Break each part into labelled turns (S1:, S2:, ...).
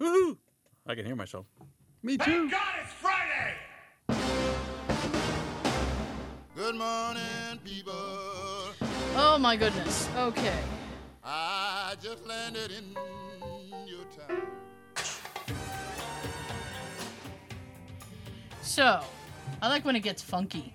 S1: Woohoo! I can hear myself.
S2: Me too.
S3: God it's Friday!
S4: Good morning, people.
S5: Oh my goodness. Okay.
S4: I just landed in your town.
S5: So, I like when it gets funky.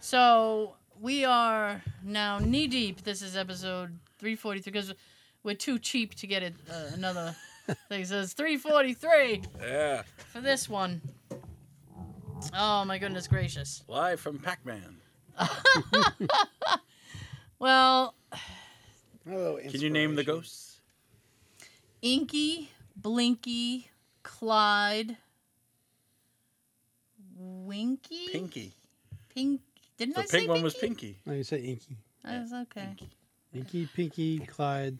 S5: so, we are now knee deep. This is episode 343 because we're too cheap to get it uh, another thing. So, it's 343
S1: Yeah.
S5: for this one. Oh my goodness gracious.
S1: Live from Pac Man.
S5: Well,
S2: Hello,
S1: Can you name the
S2: inspiration.
S1: ghosts?
S5: Inky, Blinky, Clyde, Winky,
S1: Pinky.
S5: Pink. Didn't I
S1: The
S5: say
S1: pink one was
S5: Pinky?
S1: Pinky.
S2: No, you said Inky.
S5: I was okay.
S2: Inky, Pinky, Clyde.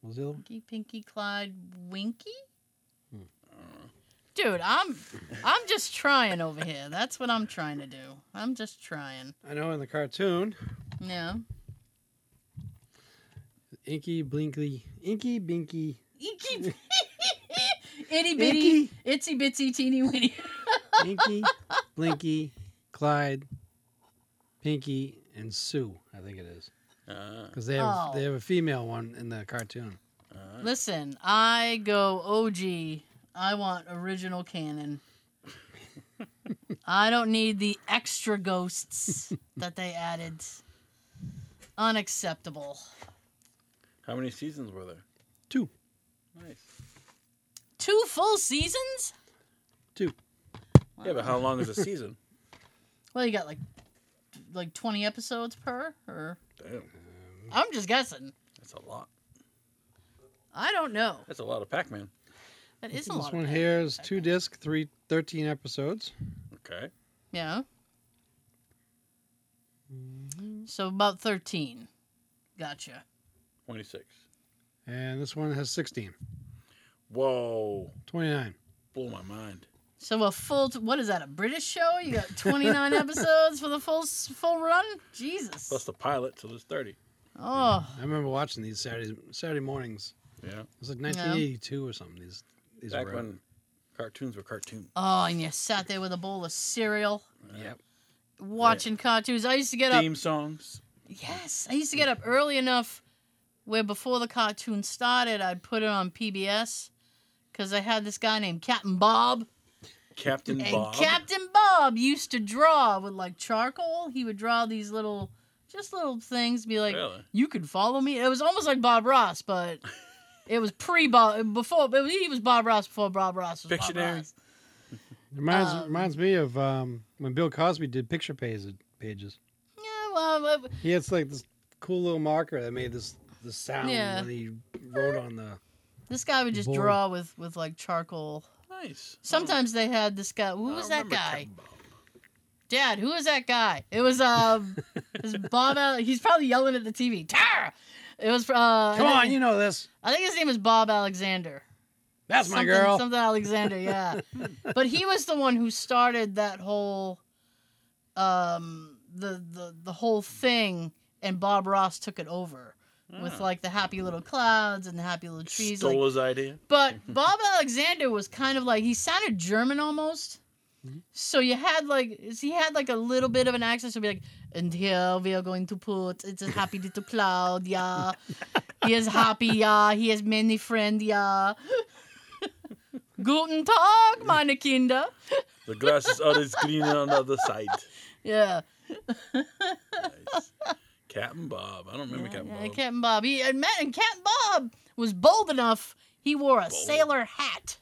S2: What was the other one?
S5: Pinky, Pinky, Clyde, Winky. Dude, I'm I'm just trying over here. That's what I'm trying to do. I'm just trying.
S2: I know in the cartoon,
S5: Yeah.
S2: Inky, Blinky, Inky, Binky.
S5: Inky, itty bitty,
S2: Inky.
S5: itsy bitsy, teeny weeny.
S2: Inky, Blinky, Clyde, Pinky, and Sue. I think it is
S1: Uh,
S2: because they have
S5: Oh.
S2: they have a female one in the cartoon.
S1: uh,
S5: Listen, I go OG. I want original canon. I don't need the extra ghosts that they added. Unacceptable.
S1: how many seasons were there?
S2: Two.
S1: Nice.
S5: Two full seasons?
S2: Two.
S1: Yeah, but how long is a season?
S5: Well, you got like like 20 episodes per or
S1: Damn,
S5: I'm just guessing.
S1: that's a lot.
S5: I don't know.
S1: That's a lot of Pac Man.
S5: That is a
S2: This
S5: lot.
S2: one
S5: of
S2: here is two disc, three, 13 episodes.
S1: Okay.
S5: Yeah. So about 13. Gotcha.
S1: 26.
S2: And this one has 16,
S1: Whoa.
S2: 29.
S1: Blew my mind.
S5: So a full what is that? A British show? You got 29 episodes for the full full run?
S1: Plus
S5: Jesus.
S1: the pilot, so there's 30.
S5: Oh,
S2: I remember watching these Saturdays, Saturday mornings.
S1: Yeah.
S2: It was like 1982 or something. These these
S1: Back
S2: were.
S1: when cartoons were cartoons.
S5: oh, and you sat there with a bowl of cereal
S2: Yep.
S5: watching cartoons. I used to get up.
S1: Theme songs.
S5: Yes, I used to get up early enough where before the cartoon started, I'd put it on PBS because I had this guy named Captain Bob.
S1: Captain
S5: And
S1: Bob.
S5: Captain Bob used to draw with like charcoal. He would draw these little, just little things, be like,
S1: Really?
S5: "You can follow me." It was almost like Bob Ross, but it was pre Bob. Before it was, he was Bob Ross before Bob Ross was Bob
S1: Pictionary.
S5: Ross.
S2: Reminds
S5: Um,
S2: reminds me of um, when Bill Cosby did picture pages. Pages.
S5: Yeah, well, uh,
S2: He had like this cool little marker that made this the sound
S5: Yeah.
S2: when he wrote on the.
S5: this guy would just
S2: Boy.
S5: draw with with like charcoal.
S1: Nice.
S5: Sometimes they had this guy. Who
S1: I
S5: was that
S1: remember
S5: guy?
S1: Captain Bob.
S5: Dad, who was that guy? It was um, it was Bob. Al- he's probably yelling at the TV. Tara. It was uh.
S2: Come on, you know this.
S5: I think his name is Bob Alexander.
S2: That's my
S5: something,
S2: girl.
S5: Something Alexander, yeah. but he was the one who started that whole, um, the the the whole thing, and Bob Ross took it over with
S2: Hmm.
S1: Ah.
S5: like the happy little clouds and the happy little trees.
S1: Stole
S5: like-
S1: his idea.
S5: but Bob Alexander was kind of like he sounded German almost.
S1: Mm-hmm.
S5: So you had like he had like a little bit of an accent. So be like, and here we are going to put it's a happy little cloud, yeah. He is happy, yeah. He has many friends, yeah. Guten Tag, meine Kinder.
S1: The grass is always greener on the other side.
S5: Yeah.
S1: Nice. Captain Bob. I don't remember Captain
S5: Yeah,
S1: Bob.
S5: Captain Bob. He and, Matt, and Captain Bob was bold enough. He wore a
S1: Bold.
S5: sailor hat.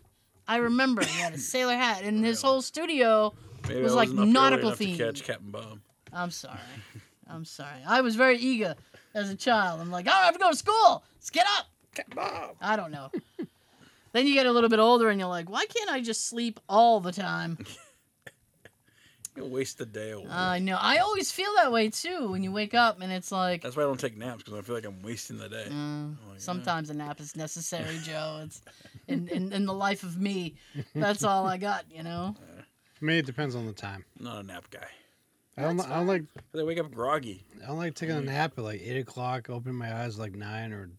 S5: I remember he had a sailor hat, and his whole studio.
S1: Maybe
S5: was
S1: I
S5: like
S1: wasn't up early
S5: nautical
S1: enough
S5: themed.
S1: To catch Captain Bob.
S5: I'm sorry. I'm sorry. I was very eager as a child. I'm like, I don't have to go to school. Let's get up.
S1: Bob.
S5: I don't know. then you get a little bit older and you're like, why can't I just sleep all the time?
S1: You waste the day away.
S5: I know. I always feel that way too when you wake up and it's like,
S1: That's why I don't take naps because I feel like I'm wasting the day.
S5: "Mm,
S1: I'm like, eh.
S5: sometimes a nap is necessary, Joe. It's in, in, in the life of me. That's all I got, you know?
S2: For me, it depends on the time.
S1: I'm not a nap guy.
S2: I don't.
S5: That's
S2: I don't like.
S1: But I wake up groggy.
S2: I don't like taking a nap at like eight o'clock. Open my eyes like nine or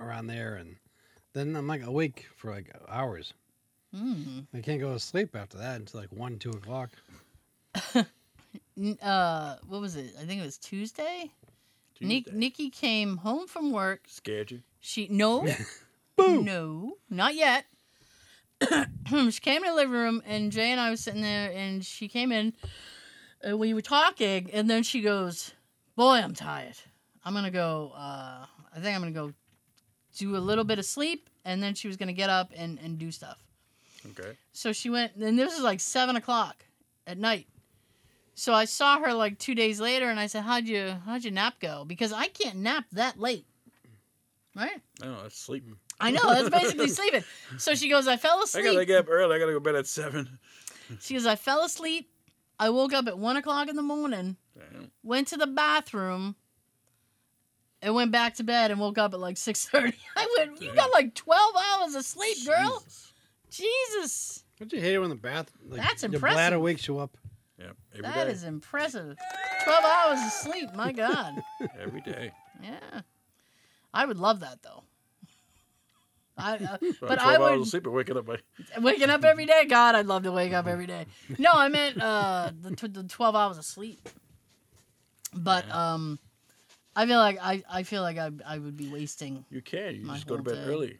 S2: around there, and then I'm like awake for like hours.
S5: Mm.
S2: I can't go to sleep after that until like one, two o'clock.
S5: N- Uh, what was it? I think it was Tuesday. Nick
S1: Tuesday.
S5: Nikki came home from work.
S1: Scared you?
S5: She no,
S2: Boo!
S5: no, not yet. she came in the living room, and Jay and I was sitting there, and she came in, and we were talking, and then she goes, "Boy, I'm tired. I'm gonna go. Uh, I think I'm gonna go do a little bit of sleep, and then she was gonna get up and and do stuff."
S1: Okay.
S5: So she went, and this was like seven o'clock at night. So I saw her like two days later, and I said, "How'd you how'd your nap go?" Because I can't nap that late, right?
S1: I don't know. That's sleeping.
S5: I know that's basically sleeping. So she goes, "I fell
S1: I gotta
S5: asleep."
S1: get up early. I gotta go to bed at seven.
S5: She goes, "I fell asleep. I woke up at one o'clock in the morning,
S1: Damn.
S5: went to the bathroom, and went back to bed, and woke up at like six thirty. I went, "You got like twelve hours of sleep, girl."
S1: Jesus.
S5: Jesus,
S2: Don't you hate it when the bath? Like,
S5: That's
S2: your
S5: impressive.
S2: bladder wakes you up.
S1: Yeah. every day.
S5: that is impressive. Twelve hours of sleep, my god.
S1: Every day.
S5: Yeah, I would love that though. I, uh,
S1: About
S5: but I
S1: 12 hours of
S5: would
S1: sleep and waking up by
S5: waking up every day. God, I'd love to wake up every day. No, I meant uh, the, tw- the twelve hours of sleep. But
S1: Yeah.
S5: um, I feel like I, I feel like I, I would be wasting.
S1: you can. You
S5: My
S1: just go to
S5: whole
S1: bed
S5: day.
S1: early.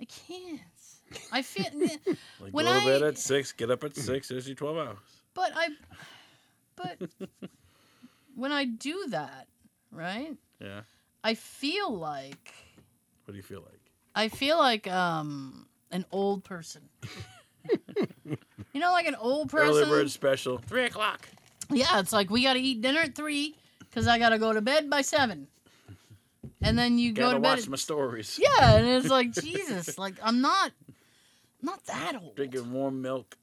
S5: I can't. I feel,
S1: Like
S5: When
S1: go to bed
S5: I-
S1: at six, get up at six, there's your twelve hours.
S5: but I, but when I do that, right?
S1: Yeah.
S5: I feel like
S1: What do you feel like?
S5: I feel like um an old person. you know, like an old person.
S1: Early bird special. Three o'clock.
S5: Yeah, it's like we gotta eat dinner at three because I gotta go to bed by seven, and then you go
S1: Gotta
S5: to bed.
S1: watch
S5: at-
S1: my stories.
S5: yeah, and it's like Jesus, like I'm not, not that old.
S1: Drinking warm milk.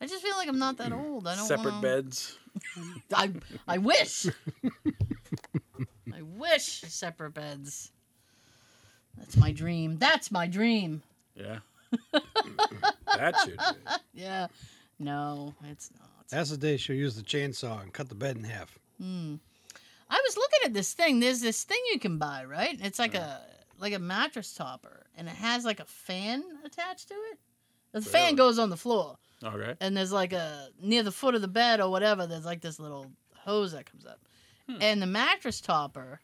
S5: I just feel like I'm not that old. I don't
S1: separate
S5: wanna...
S1: beds.
S5: I I wish. I wish separate beds. That's my dream. That's my dream.
S1: Yeah. that should be.
S5: Yeah. No, it's not.
S2: That's the day she'll use the chainsaw and cut the bed in half.
S5: Hmm. I was looking at this thing. There's this thing you can buy, right? It's like a like a mattress topper, and it has like a fan attached to it. The fan
S1: Really?
S5: goes on the floor,
S1: Okay.
S5: and there's like a near the foot of the bed or whatever. There's like this little hose that comes up,
S1: Hmm.
S5: and the mattress topper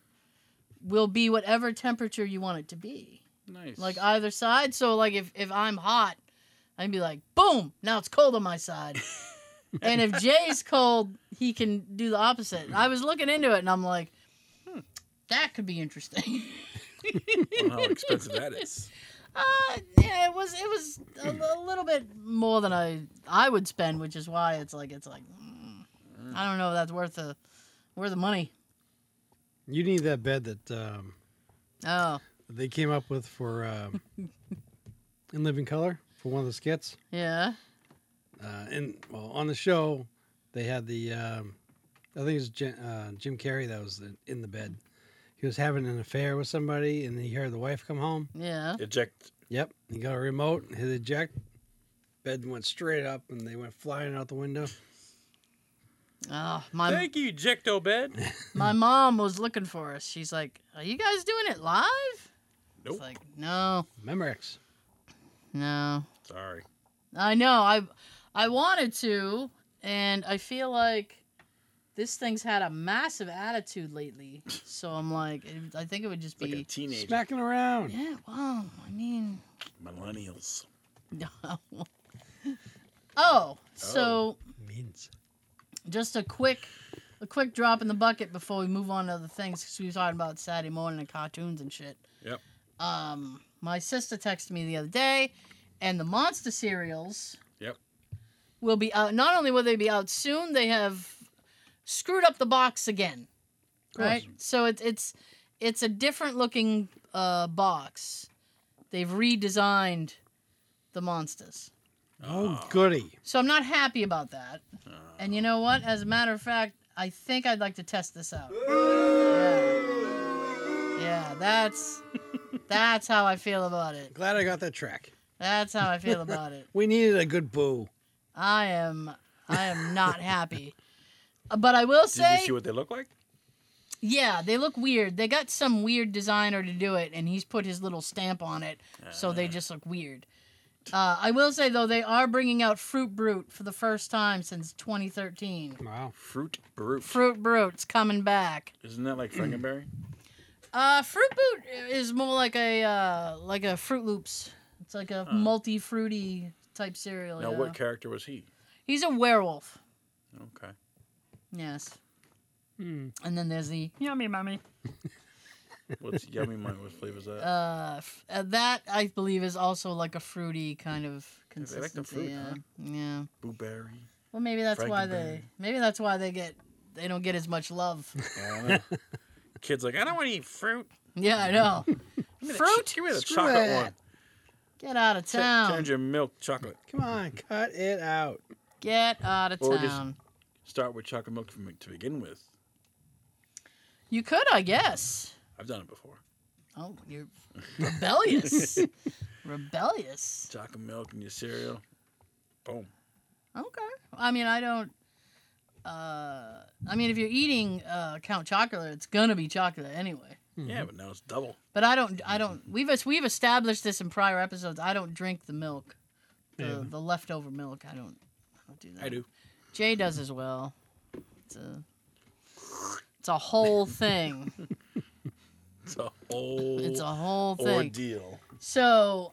S5: will be whatever temperature you want it to be,
S1: Nice.
S5: like either side. So like if if I'm hot, I'd be like, boom, now it's cold on my side. and if Jay's cold, he can do the opposite. I was looking into it and I'm like,
S1: Hmm.
S5: that could be interesting.
S1: I don't know how expensive that is.
S5: Uh, yeah, it was it was a, li- a little bit more than I I would spend, which is why it's like it's like mm, I don't know if that's worth the worth the money.
S2: You need that bed that um,
S5: Oh
S2: they came up with for um, in Living Color for one of the skits.
S5: yeah,
S2: Uh, and well, on the show, they had the um, I think it was Jim, uh, Jim Carrey that was in- in the bed. He was having an affair with somebody, and he heard the wife come home.
S5: yeah.
S1: Eject.
S2: Yep, he got a remote, hit eject. Bed went straight up, and they went flying out the window.
S5: Oh my
S1: Thank you, Ejecto Bed.
S5: my mom was looking for us. She's like, "Are you guys doing it live?"
S1: Nope.
S5: It's like no,
S2: Memorex.
S5: no.
S1: Sorry.
S5: I know. I I wanted to, and I feel like this thing's had a massive attitude lately. So I'm like, it- I think it would just
S1: It's like a
S5: be.
S1: teenager.
S2: Smacking around.
S5: Yeah. Well, I mean.
S1: Millennials.
S5: oh, so
S2: Means.
S5: just a quick, a quick drop in the bucket before we move on to other things because we were talking about Saturday morning and cartoons and shit.
S1: Yep.
S5: Um, my sister texted me the other day, and the monster cereals.
S1: Yep.
S5: Will be out. Not only will they be out soon, they have screwed up the box again. Right. So it's it's it's a different looking uh, box. They've redesigned the monsters.
S2: Oh,
S1: Ah.
S2: goody.
S5: So I'm not happy about that.
S1: Ah.
S5: And you know what? As a matter of fact, I think I'd like to test this out. Yeah, yeah that's that's how I feel about it.
S2: Glad I got that track.
S5: That's how I feel about it.
S2: We needed a good boo.
S5: I am I am not happy. Uh, But I will
S1: Did you
S5: say
S1: see what they look like?
S5: Yeah, they look weird. They got some weird designer to do it, and he's put his little stamp on it, so they just look weird. Uh, I will say though, they are bringing out Fruit Brute for the first time since 2013.
S2: Wow.
S1: Fruit brute.
S5: Fruit Brute's coming back.
S1: Isn't that like Frankenberry?
S5: Uh, Fruit Boot is more like a uh, like a Fruit Loops. It's like a multi fruity type cereal.
S1: now,
S5: Oh, yeah.
S1: what character was he?
S5: He's a werewolf.
S1: Okay.
S5: Yes.
S2: Hmm.
S5: And then there's the yummy mummy.
S1: What's yummy? Mine. What flavor is that?
S5: Uh, f- uh, that I believe is also like a fruity kind of
S1: Yeah, they like
S5: consistency.
S1: the fruit,
S5: yeah.
S1: huh?
S5: Yeah.
S1: Blueberry.
S5: Well, maybe that's why
S1: Frankenberry.
S5: they maybe that's why they get they don't get as much love.
S1: I don't know. Kids like I don't want to eat fruit.
S5: yeah, I know.
S1: Give me the ch-
S5: Fruit?
S1: Give me the
S2: Screw
S1: chocolate
S2: it.
S1: one.
S5: Get out of
S1: Ch-
S5: town.
S1: Change your milk chocolate.
S2: Come on, cut it out.
S5: Get out of
S1: Or just-
S5: town.
S1: Start with chocolate milk from, to begin with.
S5: You could, I guess.
S1: I've done it before.
S5: Oh, you're rebellious. rebellious.
S1: Chocolate milk in your cereal. Boom.
S5: Okay. I mean, I don't. Uh, I mean, if you're eating uh, Count Chocolate, it's gonna be chocolate anyway.
S1: Yeah, but now it's double.
S5: But I don't. I don't. We've es- we've established this in prior episodes. I don't drink the milk, the,
S2: Yeah.
S5: the leftover milk. I don't. I don't do that.
S1: I do.
S5: Jay does as well. It's a, it's a whole thing.
S1: It's a whole
S5: It's a whole thing.
S1: ordeal.
S5: So,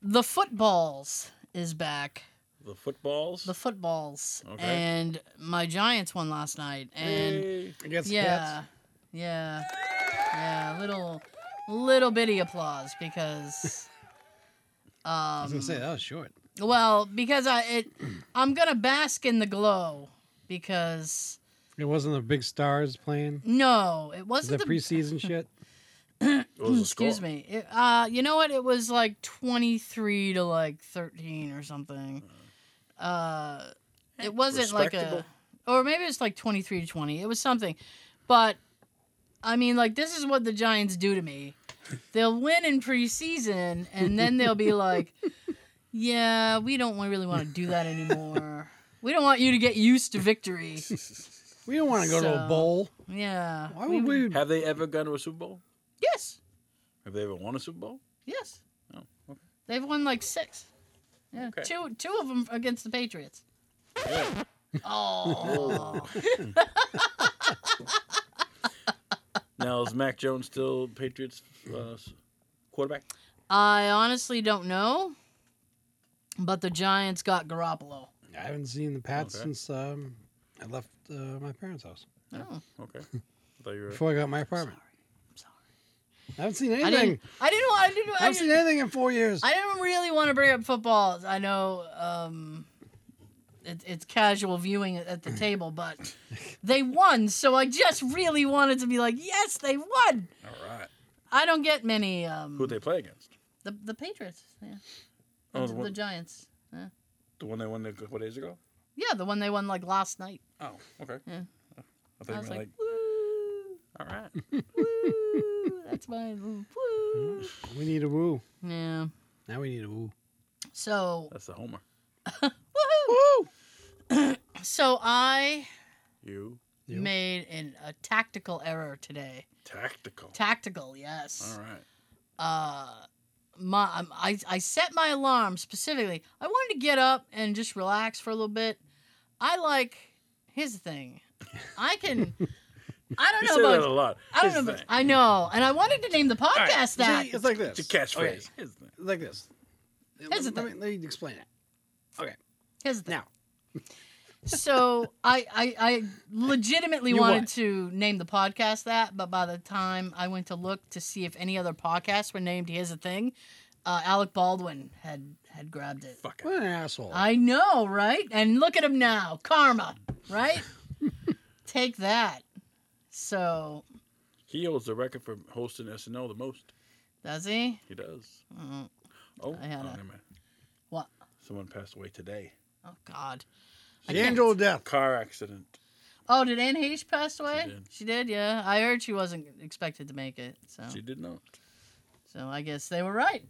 S5: the footballs is back.
S1: The footballs.
S5: The footballs.
S1: Okay.
S5: And my Giants won last night. And
S1: Yay.
S2: I guess
S5: yeah, yeah, yeah. Little, little bitty applause because. Um,
S2: I was gonna say that was short.
S5: Well, because I it, I'm gonna bask in the glow because
S2: It wasn't the big stars playing.
S5: no, it
S2: The
S5: wasn't the,
S2: preseason shit.
S1: What was the score?
S5: Mm, excuse me. It, uh, you know what? It was like 23 to like 13 or something.
S2: Hmm.
S5: Uh,
S2: Eh,
S5: it wasn't like a,
S1: Respectable.
S5: or maybe it's like 23 to 20. It was something, but I mean, like this is what the Giants do to me. They'll win in preseason, and then they'll be like, "Yeah, we don't wa- really want to do that anymore. We don't want you to get used to victory."
S2: We don't want to go to
S5: So-
S2: a bowl.
S5: Yeah.
S2: Why would we?
S1: Have they ever gone to a Super Bowl?
S5: Yes.
S1: Have they ever won a Super Bowl?
S5: Yes.
S1: Oh, okay.
S5: They've won like six. Yeah,
S1: Okay.
S5: two two of them against the Patriots.
S1: Yeah.
S5: Oh,
S1: Now is Mac Jones still Patriots uh, s- quarterback?
S5: I honestly don't know, but the Giants got Garoppolo.
S2: I haven't seen the Pats
S1: Okay.
S2: since um, I left uh, my parents' house
S5: Oh,
S1: Okay. I thought you were.
S2: before I got my apartment. I haven't seen
S5: I didn't.
S2: anything.
S5: I didn't. want- I didn't.
S2: I
S5: I
S2: haven't seen
S5: didn't,
S2: anything in four years.
S5: I didn't really want to bring up football. I know um, it, it's casual viewing at the table, but they won, so I just really wanted to be like, yes, they won.
S1: All right.
S5: I don't get many. Um,
S1: Who they play against?
S5: The the Patriots. Yeah.
S1: Oh,
S5: The-
S1: the
S5: the,
S1: one-
S5: Giants.
S1: The one they won a couple days ago.
S5: Yeah, the one they won like last night.
S1: Oh, okay.
S5: Yeah.
S1: I thought
S5: I
S1: you meant
S5: was like,
S1: like,
S5: woo,
S1: all right.
S5: woo. That's my woo.
S2: We need a woo.
S5: Yeah.
S2: Now we need a woo.
S5: So
S1: That's the homer.
S2: Woo!
S5: so I
S1: You
S2: You.
S5: made an, a tactical error today.
S1: tactical.
S5: Tactical, yes.
S1: all right.
S5: Uh, my um, I I set my alarm specifically. I wanted to get up and just relax for a little bit. I like. Here's the thing. I can. I
S1: You
S5: don't
S1: say
S5: know
S1: that
S5: about
S1: a lot.
S5: I
S1: Here's
S5: don't know.
S1: the
S5: About,
S1: thing.
S5: I know, and I wanted to name the
S2: All right,
S5: podcast that.
S2: see, it's like this.
S1: It's a catchphrase.
S2: Okay,
S1: Here's the thing.
S2: like this.
S5: Here's the
S2: let, me,
S5: thing.
S2: let me explain it.
S5: Here's the thing.
S2: Now,
S5: So I, I, I legitimately
S2: You
S5: wanted
S2: what?
S5: to name the podcast that, but by the time I went to look to see if any other podcasts were named, here's the thing, uh, Alec Baldwin had had grabbed it.
S1: Fuck it.
S2: what an asshole.
S5: I know, right? And look at him now, karma, right? Take that. So
S1: He holds the record for hosting SNL the most.
S5: does he?
S1: He does.
S5: Mm,
S1: Oh,
S5: I had
S1: oh,
S5: a-
S1: never mind.
S5: What?
S1: Someone passed away today.
S5: Oh God. I
S2: the
S5: can't-
S2: angel of death.
S1: Car accident.
S5: Oh, did Anne Heche pass away?
S1: did.
S5: yeah. I heard she wasn't expected to make it. So,
S1: She did not.
S5: so I guess they were right.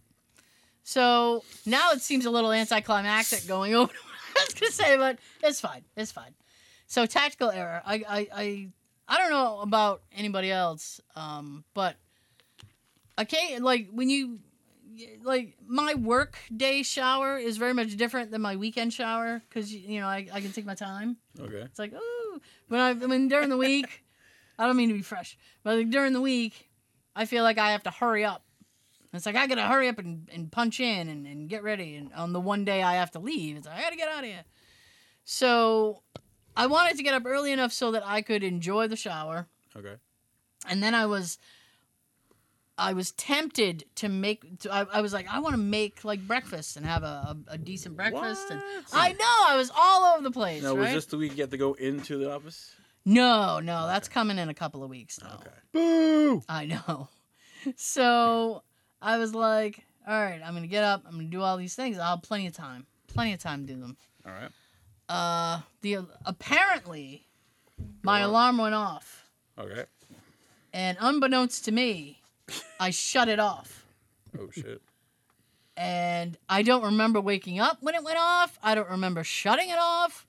S5: So now it seems a little anticlimactic going over what I was gonna say, but it's fine. It's fine. So tactical error. I I, I I don't know about anybody else, um, but okay, like when you like my work day shower is very much different than my weekend shower because you know I, I can take my time.
S1: Okay.
S5: It's like ooh, when I, I mean during the week, I don't mean to be fresh, but like during the week, I feel like I have to hurry up. It's like I gotta hurry up and, and punch in and, and get ready. And on the one day I have to leave, it's like I gotta get out of here. So I wanted to get up early enough so that I could enjoy the shower.
S1: Okay.
S5: And then I was I was tempted to make to, I, I was like, I wanna make like breakfast and have a, a, a decent breakfast and
S1: What?
S5: I know I was all over the place.
S1: Now, was
S5: right?
S1: this the week you had to go into the office?
S5: No, no, that's coming in a couple of weeks though.
S1: Okay.
S2: Boo!
S5: I know. So I was like, all right, I'm gonna get up, I'm gonna do all these things. I'll have plenty of time. Plenty of time to do them.
S1: All right.
S5: Uh the apparently my
S1: Go on.
S5: alarm went off.
S1: Okay.
S5: And unbeknownst to me, I shut it off.
S1: Oh shit.
S5: And I don't remember waking up when it went off. I don't remember shutting it off.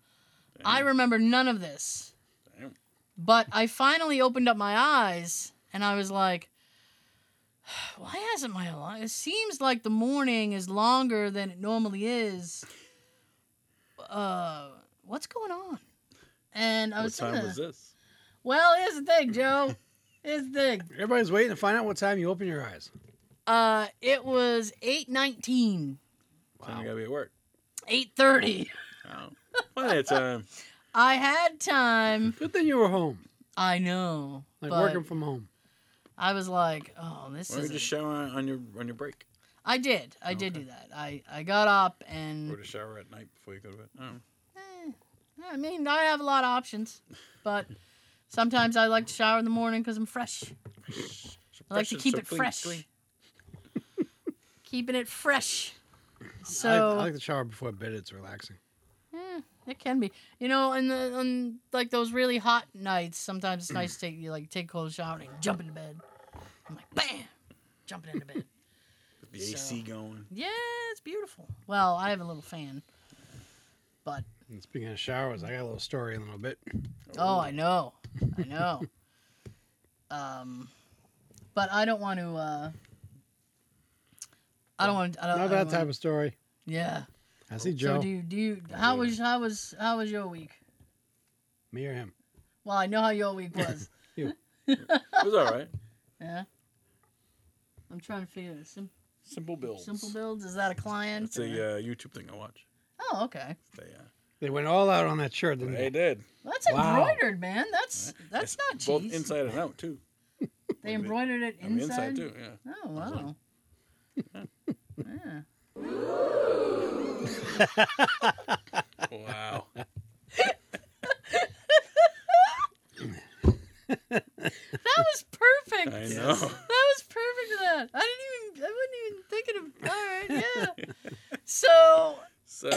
S5: I
S1: Damn.
S5: remember none of this.
S1: Damn.
S5: But I finally opened up my eyes and I was like, why hasn't my alarm? It seems like the morning is longer than it normally is. Uh, what's going on? And I
S1: What
S5: was
S1: time
S5: thinking,
S1: was this?
S5: well, here's the thing, Joe. Here's the thing.
S2: Everybody's waiting to find out what time you open your eyes.
S5: Uh, it was eight nineteen,
S1: Time you gotta be at work.
S5: eight thirty.
S1: Oh. Plenty of time.
S5: I had time.
S2: Good thing you were home,
S5: I know.
S2: like
S5: but
S2: working from home.
S5: I was like, oh, this
S1: Why don't
S5: is.
S1: you just shower on on your on your break?
S5: I did. I did
S1: Okay.
S5: do that. I, I got up and.
S1: Go to shower at night before you go to bed. Oh.
S5: eh, I mean, I have a lot of options, but sometimes I like to shower in the morning because I'm fresh. I like to keep it fresh. Keeping it fresh. So.
S2: I, I like the shower before bed. It's relaxing.
S5: Yeah, it can be. You know, and the, on like those really hot nights, sometimes it's nice to take you like take a cold shower and jump into bed. I'm like, bam, jumping into bed.
S1: The
S5: So-
S1: AC going.
S5: yeah, it's beautiful. Well, I have a little fan, but
S2: And speaking of showers, I got a little story in a little bit.
S5: oh, I know, I know. um, but I don't want to. uh I don't want. to I don't,
S2: Not
S5: I
S2: that
S5: don't
S2: type
S5: wanna-
S2: of story.
S5: Yeah.
S2: I see Joe,
S5: Uh, um, So do you, do you? How was how was how was your week?
S2: me or him.
S5: Well, I know how your week was.
S1: It was all right.
S5: Yeah. I'm trying to figure this. Sim-
S1: Simple builds.
S5: simple builds? Is that a client?
S1: It's a
S5: or-
S1: uh, YouTube thing I watch.
S5: oh, okay.
S1: They, uh,
S2: They went all out on that shirt, didn't
S1: they
S2: they?
S1: did.
S5: Well, that's
S2: Wow.
S5: embroidered, man. That's
S1: It's
S5: that's not
S1: Both
S5: cheese.
S1: inside and out too.
S5: they
S1: Wait a minute.
S5: embroidered it
S1: I mean,
S5: inside.
S1: inside too. Yeah.
S5: Oh wow. yeah.
S1: Wow.
S5: That was perfect.
S1: I
S5: That
S1: know.
S5: was perfect for that. I didn't even I wasn't even thinking of all right, yeah. So
S1: So.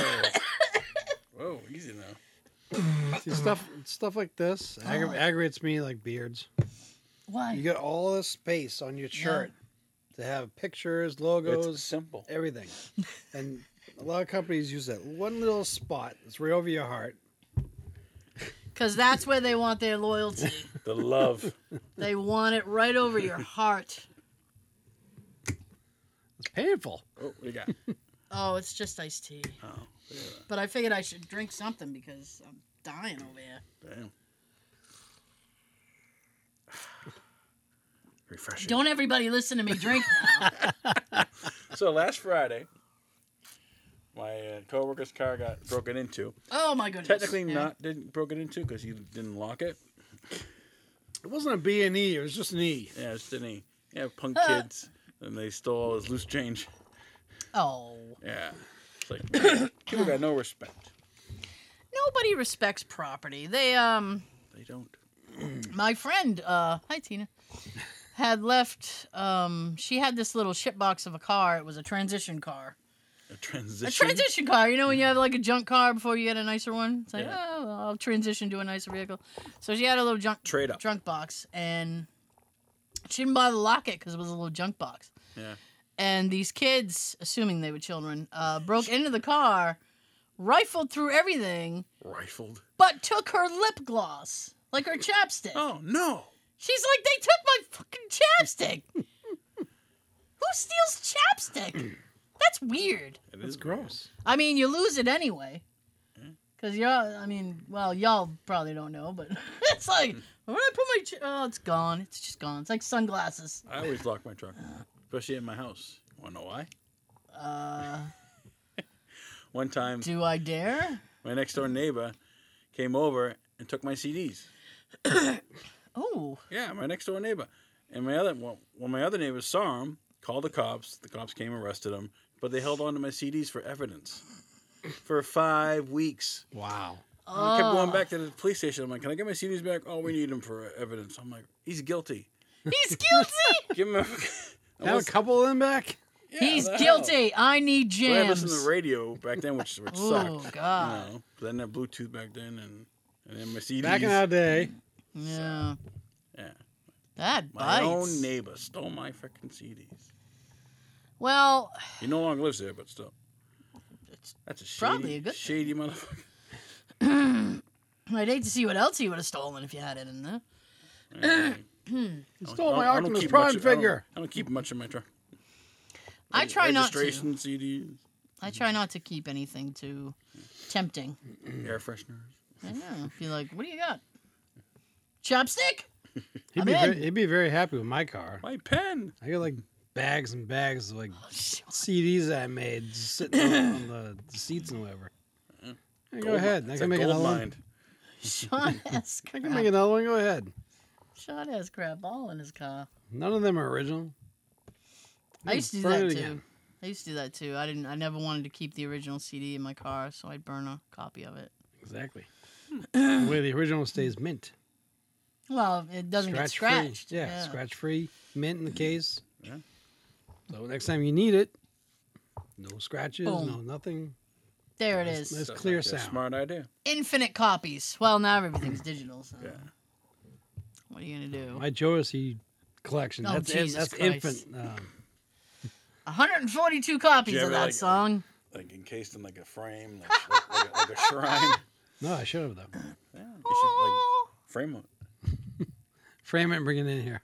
S1: Whoa, easy now.
S2: See, stuff stuff like this aggra-
S5: Oh.
S2: aggravates me like beards. You
S5: why?
S2: got all this space on your shirt to have pictures, logos,
S1: It's simple.
S2: everything. And a lot of companies use that one little spot that's right over your heart.
S5: Because that's where they want their loyalty.
S1: The love.
S5: they want it right over your heart.
S2: It's painful.
S1: Oh, what do you got? Oh,
S5: Oh, it's just iced tea.
S1: yeah.
S5: But I figured I should drink something because I'm dying over here.
S1: Damn. Refreshing.
S5: Don't everybody listen to me drink now.
S1: So last Friday, my uh, coworker's car got broken into.
S5: oh my goodness.
S1: Technically,
S5: Yeah.
S1: not didn't broken into because he didn't lock it.
S2: It wasn't a B and E. It was just an E.
S1: Yeah, it's didn't he? Yeah, punk
S5: Uh.
S1: kids, and they stole all his loose change.
S5: Oh.
S1: Yeah, it's like people got no respect.
S5: Nobody respects property. They um
S1: They don't.
S5: my friend, uh hi Tina, had left um she had this little shitbox of a car. It was a transition car.
S1: A
S5: A
S1: transition.
S5: transition car, you know, when you have like a junk car before you get a nicer one. It's like,
S1: Yeah.
S5: oh, well, I'll transition to a nicer vehicle. So she had a little junk
S1: Trade up.
S5: junk box, and she didn't bother to lock it because it was a little junk box.
S1: Yeah.
S5: And these kids, assuming they were children, uh, broke into the car, rifled through everything,
S1: Rifled.
S5: but took her lip gloss. like her chapstick.
S1: Oh no!
S5: She's like, they took my fucking chapstick. Who steals chapstick? That's weird.
S1: It
S2: That's
S1: is weird.
S2: gross.
S5: I mean, you lose it anyway. Cause y'all, I mean, well, y'all probably don't know, but it's like where I put my, ch- oh, it's gone. It's just gone. It's like sunglasses.
S1: I always lock my truck, especially in my house. Wanna know why?
S5: Uh,
S1: One time,
S5: do I dare?
S1: my next door neighbor came over and took my CDs.
S5: Oh,
S1: Yeah, my next door neighbor, and my other well, when my other neighbors saw him, called the cops. The cops came and arrested him, but they held on to my CDs for evidence for five weeks.
S2: Wow.
S1: I kept going
S5: Oh.
S1: back to the police station. I'm like, "Can I get my CDs back?" Oh, we need him for evidence. I'm like, "He's guilty.
S5: he's guilty.
S1: Give him a."
S2: Have a couple of them back.
S1: Yeah,
S5: he's
S1: the hell.
S5: guilty. I need
S1: So I
S5: jams.
S1: listened to the radio back then, which, which
S5: oh
S1: sucked. You
S5: God.
S1: know, but then that Bluetooth back then, and and then my CDs.
S2: Back in our day.
S5: Yeah.
S1: Yeah.
S5: That
S1: my
S5: bites.
S1: own neighbor stole my freaking CDs.
S5: well,
S1: He no longer lives there, but still.
S5: It's
S1: That's a shady,
S5: probably a good thing.
S1: shady motherfucker.
S5: I'd hate to see what else he would have stolen if you had it in there.
S1: Yeah.
S5: Hmm.
S2: He
S1: I don't-
S2: stole my
S1: I don't- I don't
S2: Optimus
S1: keep
S2: Prime
S1: much- I don't-
S2: figure.
S1: I don't, keep much in my truck.
S5: I try not to.
S1: Registration CDs,
S5: I try not to keep anything too tempting.
S1: air fresheners.
S5: I know. Be like, what do you got? Chopstick?
S2: He'd
S5: I'm
S2: be,
S5: in.
S2: very, he'd be very happy with my car.
S1: My pen.
S2: I got like bags and bags of like
S5: Oh, shit.
S2: CDs I made just sitting on the, the seats and whatever. Uh, Hey, go
S1: Gold mi-
S2: ahead. I
S1: it's
S2: can
S1: a
S2: make
S1: gold
S2: another one.
S1: mine.
S5: Sean has
S2: I
S5: crap.
S2: can make another one. Go ahead.
S5: Sean has crap all in his car.
S2: None of them are original.
S5: I used to do
S2: Burn
S5: that
S2: it
S5: too.
S2: again.
S5: I used to do that too. I didn't. I never wanted to keep the original CD in my car, so I'd burn a copy of it.
S2: Exactly. Where the original stays mint.
S5: Well, it doesn't get scratched.
S2: free. Yeah, scratch free. Mint
S5: Mm.
S2: in the case.
S1: Yeah.
S2: So next time you need it, no scratches,
S5: Boom.
S2: no nothing.
S5: There it
S2: Nice-
S5: is.
S2: nice It's
S1: Sounds
S2: clear
S1: like a
S2: sound.
S1: Smart idea.
S5: Infinite copies. Well, now everything's digital. So
S1: Yeah.
S5: what are you gonna do?
S2: My Josie collection.
S5: Oh,
S2: that's
S5: Jesus
S2: that's
S5: Christ.
S2: infant. Um,
S5: 142 copies
S1: Yeah,
S5: of
S1: but
S5: that
S1: like- uh,
S5: song.
S1: Like encased in like a frame, like, like, like, a, like a shrine.
S2: no, I should have though.
S1: Yeah, you should like frame it.
S2: Frame it and bring it in here.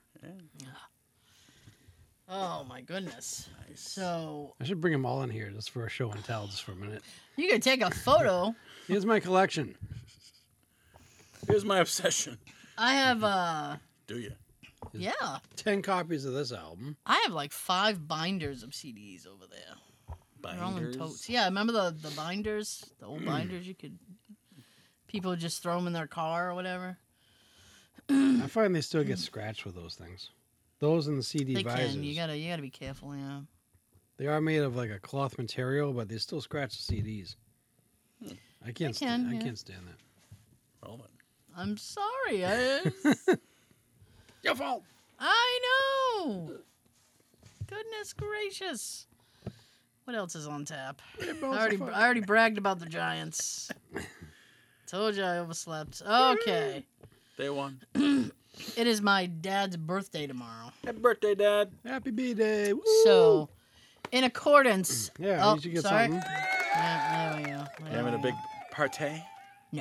S5: Oh my goodness.
S1: Nice.
S5: So
S2: I should bring them all in here just for a show and tell, just for a minute.
S5: you could take a photo.
S2: Here's my collection.
S1: Here's my obsession.
S5: I have uh
S1: Do you?
S5: yeah.
S2: Ten copies of this album.
S5: I have like five binders of CDs over there. They're all in totes. Yeah, remember the the binders, the old binders you could people would just throw them in their car or whatever.
S2: I find they still get scratched with those things. Those and the CD
S5: They
S2: visors.
S5: can. You got to you got to be careful, yeah.
S2: They are made of like a cloth material, but they still scratch the CDs. I can't.
S5: Hmm. They can,
S2: stand,
S5: yeah.
S2: I can't stand that.
S1: All that.
S5: I'm sorry. I
S2: Your fault.
S5: I know. Goodness gracious. What else is on tap? I already, I already bragged about the Giants. Told you I overslept. Okay.
S1: Day one.
S5: It is my dad's birthday tomorrow.
S1: Happy birthday, Dad.
S2: Happy B Day.
S5: So, in accordance.
S2: Yeah,
S5: Oh,
S2: you should get
S5: sorry.
S2: something.
S5: Yeah, there we go.
S1: You
S5: There
S1: having a
S5: we
S1: big
S5: go.
S1: party?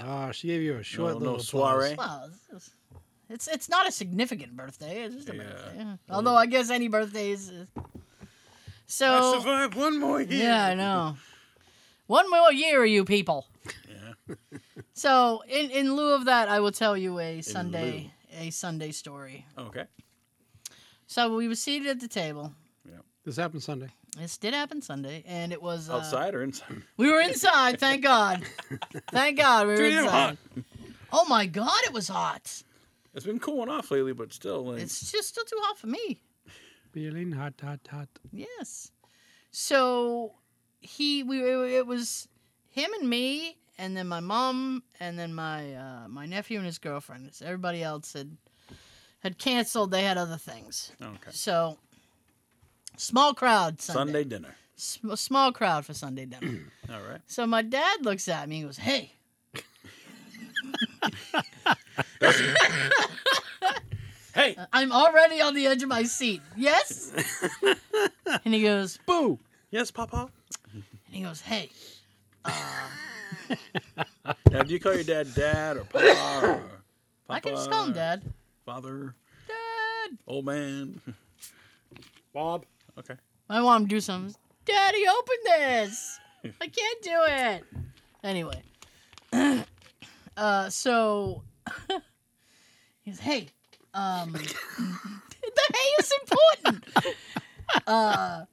S2: Ah, she gave you a short
S1: No- no
S2: little
S1: soiree.
S2: applause.
S5: Well, it's- it's it's not a significant birthday. It's just a
S1: Yeah.
S5: birthday.
S2: Mm.
S5: yeah. Although I guess any birthday is. is- So.
S1: I survived one more year.
S5: Oh. Yeah, I know. One more year, you people.
S1: Yeah.
S5: So, in in lieu of that, I will tell you a Sunday a Sunday story.
S1: Okay.
S5: So we were seated at the table.
S2: This happened Sunday.
S5: This did happen Sunday, and it was uh,
S1: Outside or inside?
S5: We were inside. Thank God. thank God we were
S1: Dude, it's
S5: inside. Oh my God, it was hot.
S1: It's been cooling off lately, but still. Like,
S5: It's just still too hot for me.
S2: Feeling hot, hot, hot.
S5: Yes. So he we it was him and me and then my mom and then my uh, my nephew and his girlfriend. So everybody else had had canceled. They had other things.
S1: okay.
S5: So small crowd
S1: Sunday
S5: Sunday.
S1: dinner.
S5: Sm- small crowd for Sunday dinner.
S1: All right.
S5: so my dad looks at me and goes, "Hey."
S1: Hey.
S5: I'm already on the edge of my seat. Yes? and he goes,
S2: Boo!
S1: Yes, Papa.
S5: and he goes, hey,
S1: Now, do you call your dad Dad or Papa? or
S5: I can just
S1: Papa,
S5: call him Dad.
S1: Father,
S5: Dad.
S1: old man.
S3: Bob.
S1: Okay.
S5: I want him to do something. Daddy, open this. I can't do it. Anyway, uh, so he's hey, um, the hey is important. uh,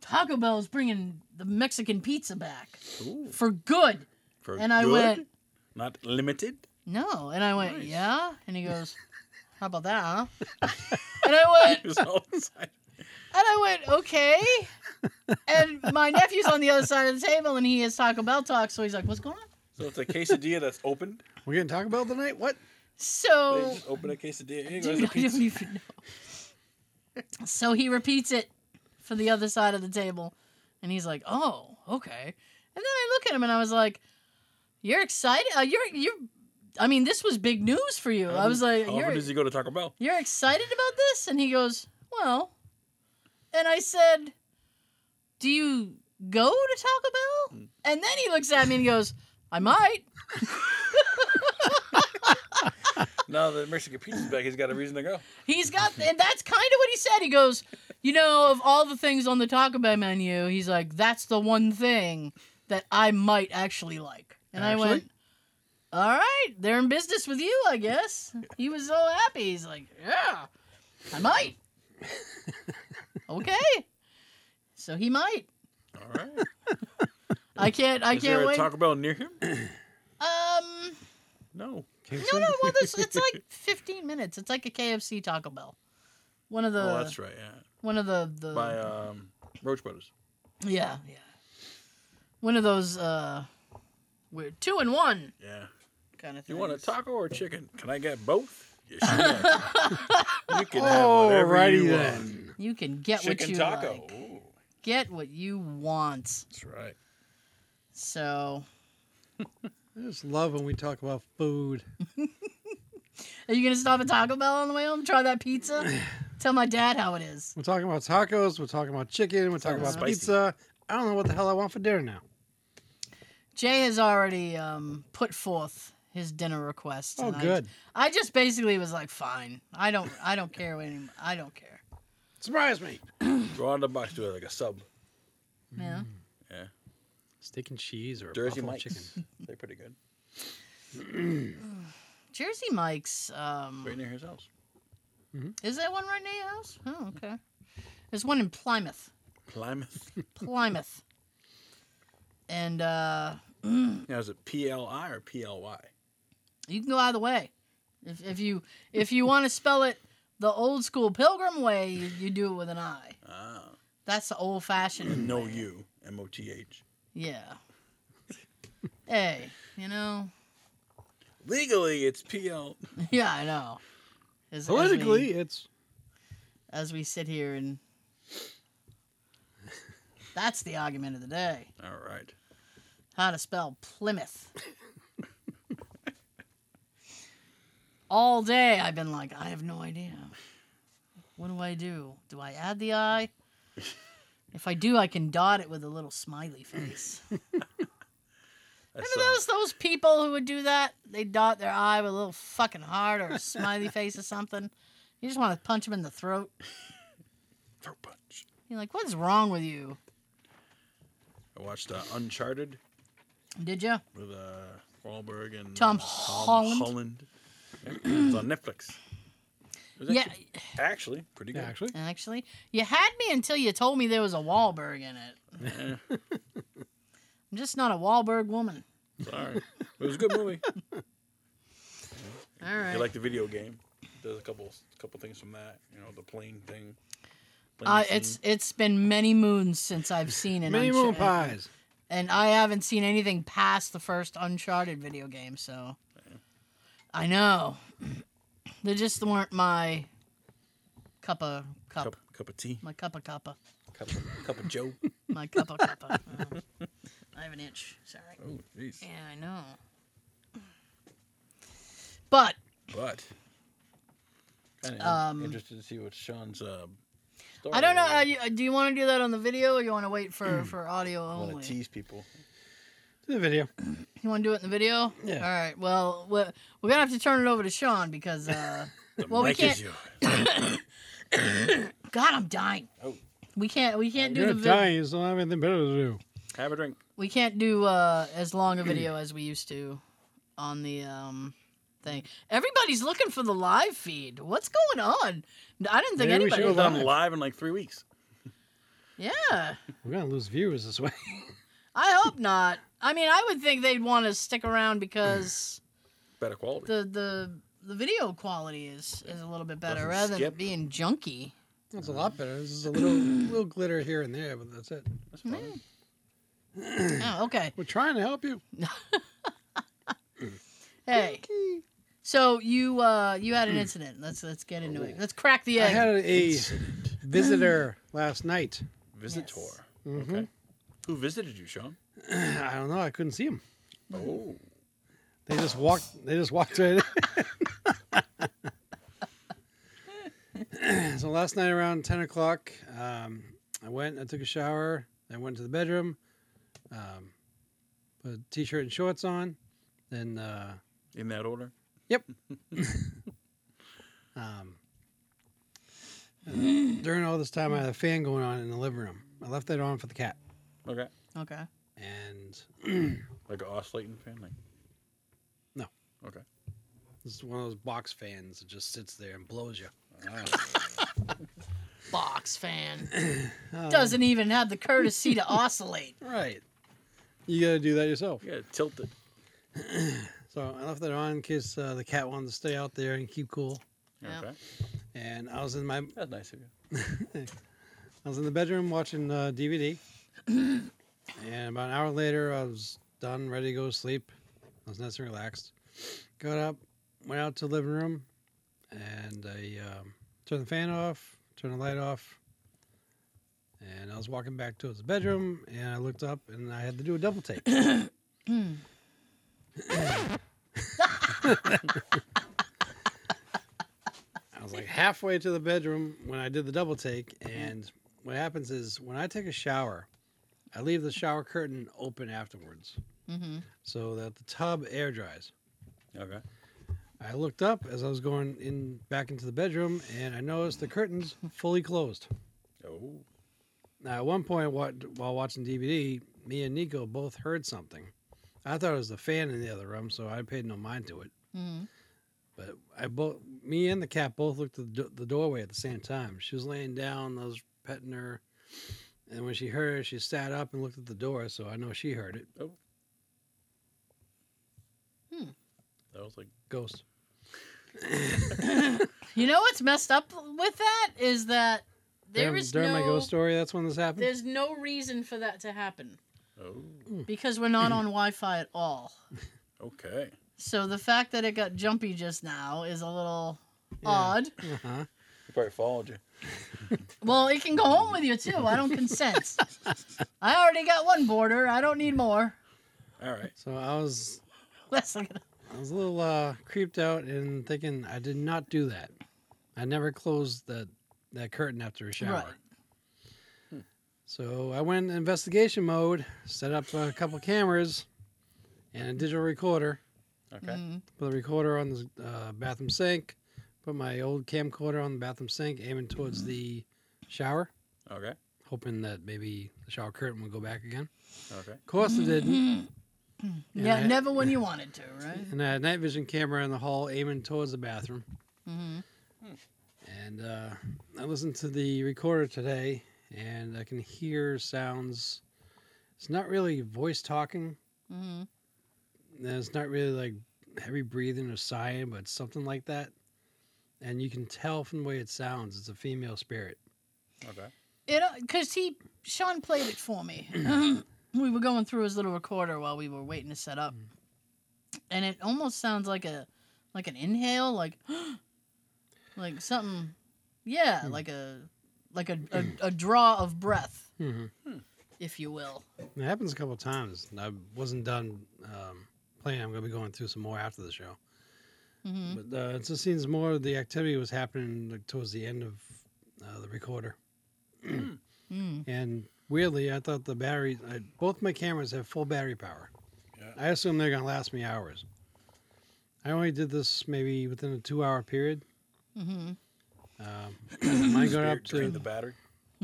S5: Taco Bell's bringing the Mexican pizza back
S1: Ooh,
S5: for good,
S1: for
S5: and I
S1: good?
S5: went
S1: Not limited.
S5: no, and I went
S1: Nice.
S5: yeah, and he goes, how about that? Huh? and I went,
S1: He was all excited.
S5: And I went, okay. and my nephew's on the other side of the table and he has Taco Bell talk. So he's like, what's going on?
S1: so it's a quesadilla that's opened.
S2: We're gonna talk about tonight. What?
S1: They
S5: So,
S1: just open a quesadilla. Here goes a
S5: Oh. dude, I don't
S1: pizza.
S5: even know. so he repeats it for the other side of the table. And he's like, oh, okay. And then I look at him and I was like, you're excited? Uh, you're, you're, I mean, this was big news for you. I was like,
S1: How often
S5: you're,
S1: does he go to Taco Bell?
S5: you're excited about this? And he goes, well. And I said, do you go to Taco Bell? And then he looks at me and he goes, I might.
S1: Now that Mexican pizza's back, he's got a reason to go.
S5: He's got, and that's kind of what he said. He goes, you know, of all the things on the Taco Bell menu, he's like, that's the one thing that I might actually like. And I
S2: Actually?
S5: went, all right, they're in business with you, I guess. He was so happy. He's like, yeah, I might. okay. So he might.
S1: All right.
S5: I can't, I
S1: Is there
S5: can't
S1: a
S5: wait.
S1: Taco Bell near him?
S5: um,
S1: No.
S5: no, no, well, this, it's like 15 minutes. It's like a KFC Taco Bell. One of the,
S1: oh, that's right. Yeah.
S5: one of the, the,
S1: By um, Roach Brothers.
S5: Yeah, yeah. One of those uh weird two and one
S1: Yeah.
S5: kind of thing.
S1: You want a taco or chicken? Can I get both? Yes, you can. You can have whatever
S2: Alrighty
S1: you want.
S2: then.
S5: You can get what
S1: Chicken
S5: you
S1: taco.
S5: like.
S1: Ooh,
S5: Get what you want.
S1: that's right.
S5: So,
S2: I just love when we talk about food.
S5: are you gonna stop at Taco Bell on the way home? Try that pizza. Tell my dad how it is.
S2: We're talking about tacos. We're talking about chicken. We're talking
S1: Sounds
S2: about
S1: spicy.
S2: pizza. I don't know what the hell I want for dinner now.
S5: Jay has already um, put forth his dinner request.
S2: Oh,
S5: and I-
S2: good.
S5: I, just basically was like, fine. I don't. I don't care anymore. I don't care.
S2: Surprise me.
S1: Throw on the box to it like a sub.
S5: Yeah.
S1: Mm. Yeah.
S2: Steak and cheese or
S1: Jersey
S2: buffalo
S1: Mike's.
S2: chicken.
S1: They're pretty good.
S5: Jersey Mike's. Um,
S1: Right near his house.
S5: Is that one right near your house? Oh, okay. There's one in Plymouth.
S1: Plymouth.
S5: Plymouth. and uh,
S1: Now, is it P L I or P L Y?
S5: you can go either way. If, if you if you want to spell it the old school pilgrim way, you, you do it with an I.
S1: Ah.
S5: That's the old fashioned.
S1: No
S5: way.
S1: U. M O T H.
S5: Yeah. hey, you know.
S1: Legally, it's P L.
S5: Yeah, I know. As- as we-
S2: Politically, it's
S5: as we sit here and that's the argument of the day.
S1: All right.
S5: How to spell Plymouth. All day I've been like, I have no idea. What do I do? Do I add the I? If I do, I can dot it with a little smiley face.
S1: That's,
S5: Remember those those people who would do that? They dot their eye with a little fucking heart or a smiley face or something. You just want to punch them in the throat.
S1: uh, throat punch.
S5: You're like, what's wrong with you?
S1: I watched uh, Uncharted
S5: Did you?
S1: with uh, Wahlberg and
S5: Tom
S1: uh,
S5: Holland.
S1: Holland. it's on Netflix. It was
S5: Yeah,
S1: actually, actually pretty
S2: yeah,
S1: good.
S2: actually.
S5: actually, you had me until you told me there was a Wahlberg in it.
S1: Yeah.
S5: I'm just not a Wahlberg woman.
S1: Sorry. It was a good movie.
S5: All
S1: If
S5: right.
S1: You like the video game? There's a couple couple things from that. You know, the plane thing. Plane
S5: uh,
S1: scene.
S5: it's it's been many moons since I've seen an
S2: Many
S5: Uncha-
S2: moon pies.
S5: and I haven't seen anything past the first Uncharted video game. So I know they just weren't my cup of cup,
S1: cup cup of tea,
S5: my cup of cuppa,
S1: cup of, cup of Joe.
S5: my cup of cuppa. Oh. I have an itch. Sorry.
S1: Oh, jeez.
S5: Yeah, I know. But
S1: But kind of
S5: Um,
S1: interested to see what Sean's. Uh,
S5: I don't know.
S1: story
S5: Uh,
S1: is.
S2: Mm.
S5: you, do you want to do that on the video, or you want to wait for for audio
S1: I
S5: only?
S1: want to tease people.
S2: the video.
S5: You want to do it in the video?
S2: Yeah.
S5: All right. Well, we're, we're gonna have to turn it over to Sean because, uh,
S1: The
S5: Well, we
S1: mic is
S5: can't-
S1: yours.
S5: God, I'm dying.
S1: Oh.
S5: We can't. We can't do
S2: You're
S5: the video.
S2: dying. You don't have anything better to do.
S1: Have a drink.
S5: We can't do uh, as long a video as we used to on the um thing. Everybody's looking for the live feed. What's going on? I didn't think
S2: Maybe we should
S5: anybody.
S2: go
S1: We've
S2: live.
S1: done live in like three weeks.
S5: yeah.
S2: We're gonna lose viewers this way.
S5: I hope not. I mean, I would think they'd want to stick around because
S1: Better quality.
S5: the the the video quality is is a little bit better
S1: Doesn't
S5: rather than
S1: skip.
S5: it being junky.
S2: That's a lot better. This is a little little glitter here and there, but that's it.
S1: That's fine.
S5: Oh, okay.
S2: We're trying to help you.
S5: Hey. So you uh you had an incident. Let's let's get into it. Let's crack the
S2: I
S5: egg.
S2: had a
S1: Incident.
S2: visitor last night.
S1: Visitor.
S2: Mhm.
S1: Okay. Who visited you, Sean?
S2: I don't know. I couldn't see him.
S1: Oh.
S2: They just walked. They just walked right in. so last night around ten o'clock, um, I went. I took a shower. I went to the bedroom, um, put a t-shirt and shorts on. Then uh,
S1: In that order?
S2: um, and during all this time, I had a fan going on in the living room. I left that on for the cat,
S1: Okay.
S5: Okay.
S2: and
S1: Like an oscillating fan? Like,
S2: this is one of those box fans that just sits there and blows you.
S5: Box fan
S2: Um,
S5: doesn't even have the courtesy to oscillate.
S2: right? You got to do that yourself.
S1: you gotta tilt it.
S2: So I left it on in case uh, the cat wanted to stay out there and keep cool.
S5: Yeah.
S1: Okay.
S2: And I was in my
S1: That's nice of you.
S2: I was in the bedroom watching uh, DVD. and about an hour later, I was done, ready to go to sleep. I was nice and relaxed. Got up, went out to the living room, and I um, turned the fan off, turned the light off. And I was walking back towards the bedroom, and I looked up, and I had to do a double take. I was like halfway to the bedroom when I did the double take, and what happens is when I take a shower, I leave the shower curtain open afterwards
S5: Mm-hmm.
S2: so that the tub air dries.
S1: Okay.
S2: I looked up as I was going in back into the bedroom, and I noticed the curtains fully closed.
S1: Oh.
S2: Now, at one point wa- while watching DVD, me and Nico both heard something. I thought it was the fan in the other room, so I paid no mind to it.
S5: Mm-hmm.
S2: But I both, me and the cat both looked at the, do- the doorway at the same time. She was laying down. I was petting her, and when she heard it, she sat up and looked at the door. So I know she heard it.
S1: That was like,
S2: Ghost.
S5: You know what's messed up with that is that there
S2: during,
S5: is
S2: during
S5: no
S2: my ghost story. That's when this happened.
S5: there's no reason for that to happen
S1: oh.
S2: Hmm.
S5: because we're not on Wi-Fi at all.
S1: Okay.
S5: So the fact that it got jumpy just now is a little
S2: Yeah.
S5: odd.
S2: Uh-huh.
S1: He probably followed you.
S5: Well, it can go home with you too. I don't consent. I already got one border. I don't need more.
S1: All right.
S2: So I was,
S5: Let's look at
S2: I was a little uh, creeped out and thinking I did not do that. I never closed that that curtain after a shower.
S5: Right. Hmm.
S2: So I went in investigation mode, set up a couple cameras, and a digital recorder.
S1: Okay.
S5: Mm.
S2: put the recorder on the uh, bathroom sink, put my old camcorder on the bathroom sink, aiming towards the shower,
S1: Okay.
S2: hoping that maybe the shower curtain would go back again.
S1: Okay.
S2: Of course it didn't. And
S5: Yeah,
S2: I-
S5: never when you wanted to, right?
S2: And I had a night vision camera in the hall aiming towards the bathroom.
S5: Mm-hmm.
S2: And uh, I listened to the recorder today, and I can hear sounds. It's not really voice talking.
S5: Mm-hmm.
S2: and It's not really like heavy breathing or sighing, but something like that. And you can tell from the way it sounds, it's a female spirit.
S1: Okay.
S5: It because he Sean played it for me. we were going through his little recorder while we were waiting to set up, and it almost sounds like a like an inhale, like like something, yeah, like a like a, a a draw of breath,
S2: hmm
S5: if you will.
S2: It happens a couple times. I wasn't done um, playing. I'm going to be going through some more after the show.
S5: Mm-hmm.
S2: But uh, it just seems more of the activity was happening like, towards the end of uh, the recorder.
S5: Mm. Mm-hmm.
S2: And weirdly, I thought the battery, I, both my cameras have full battery power.
S1: Yeah.
S2: I assume they're gonna last me hours. I only did this maybe within a two-hour period.
S5: Mm-hmm.
S2: Um, mine got up to.
S1: Drain the battery.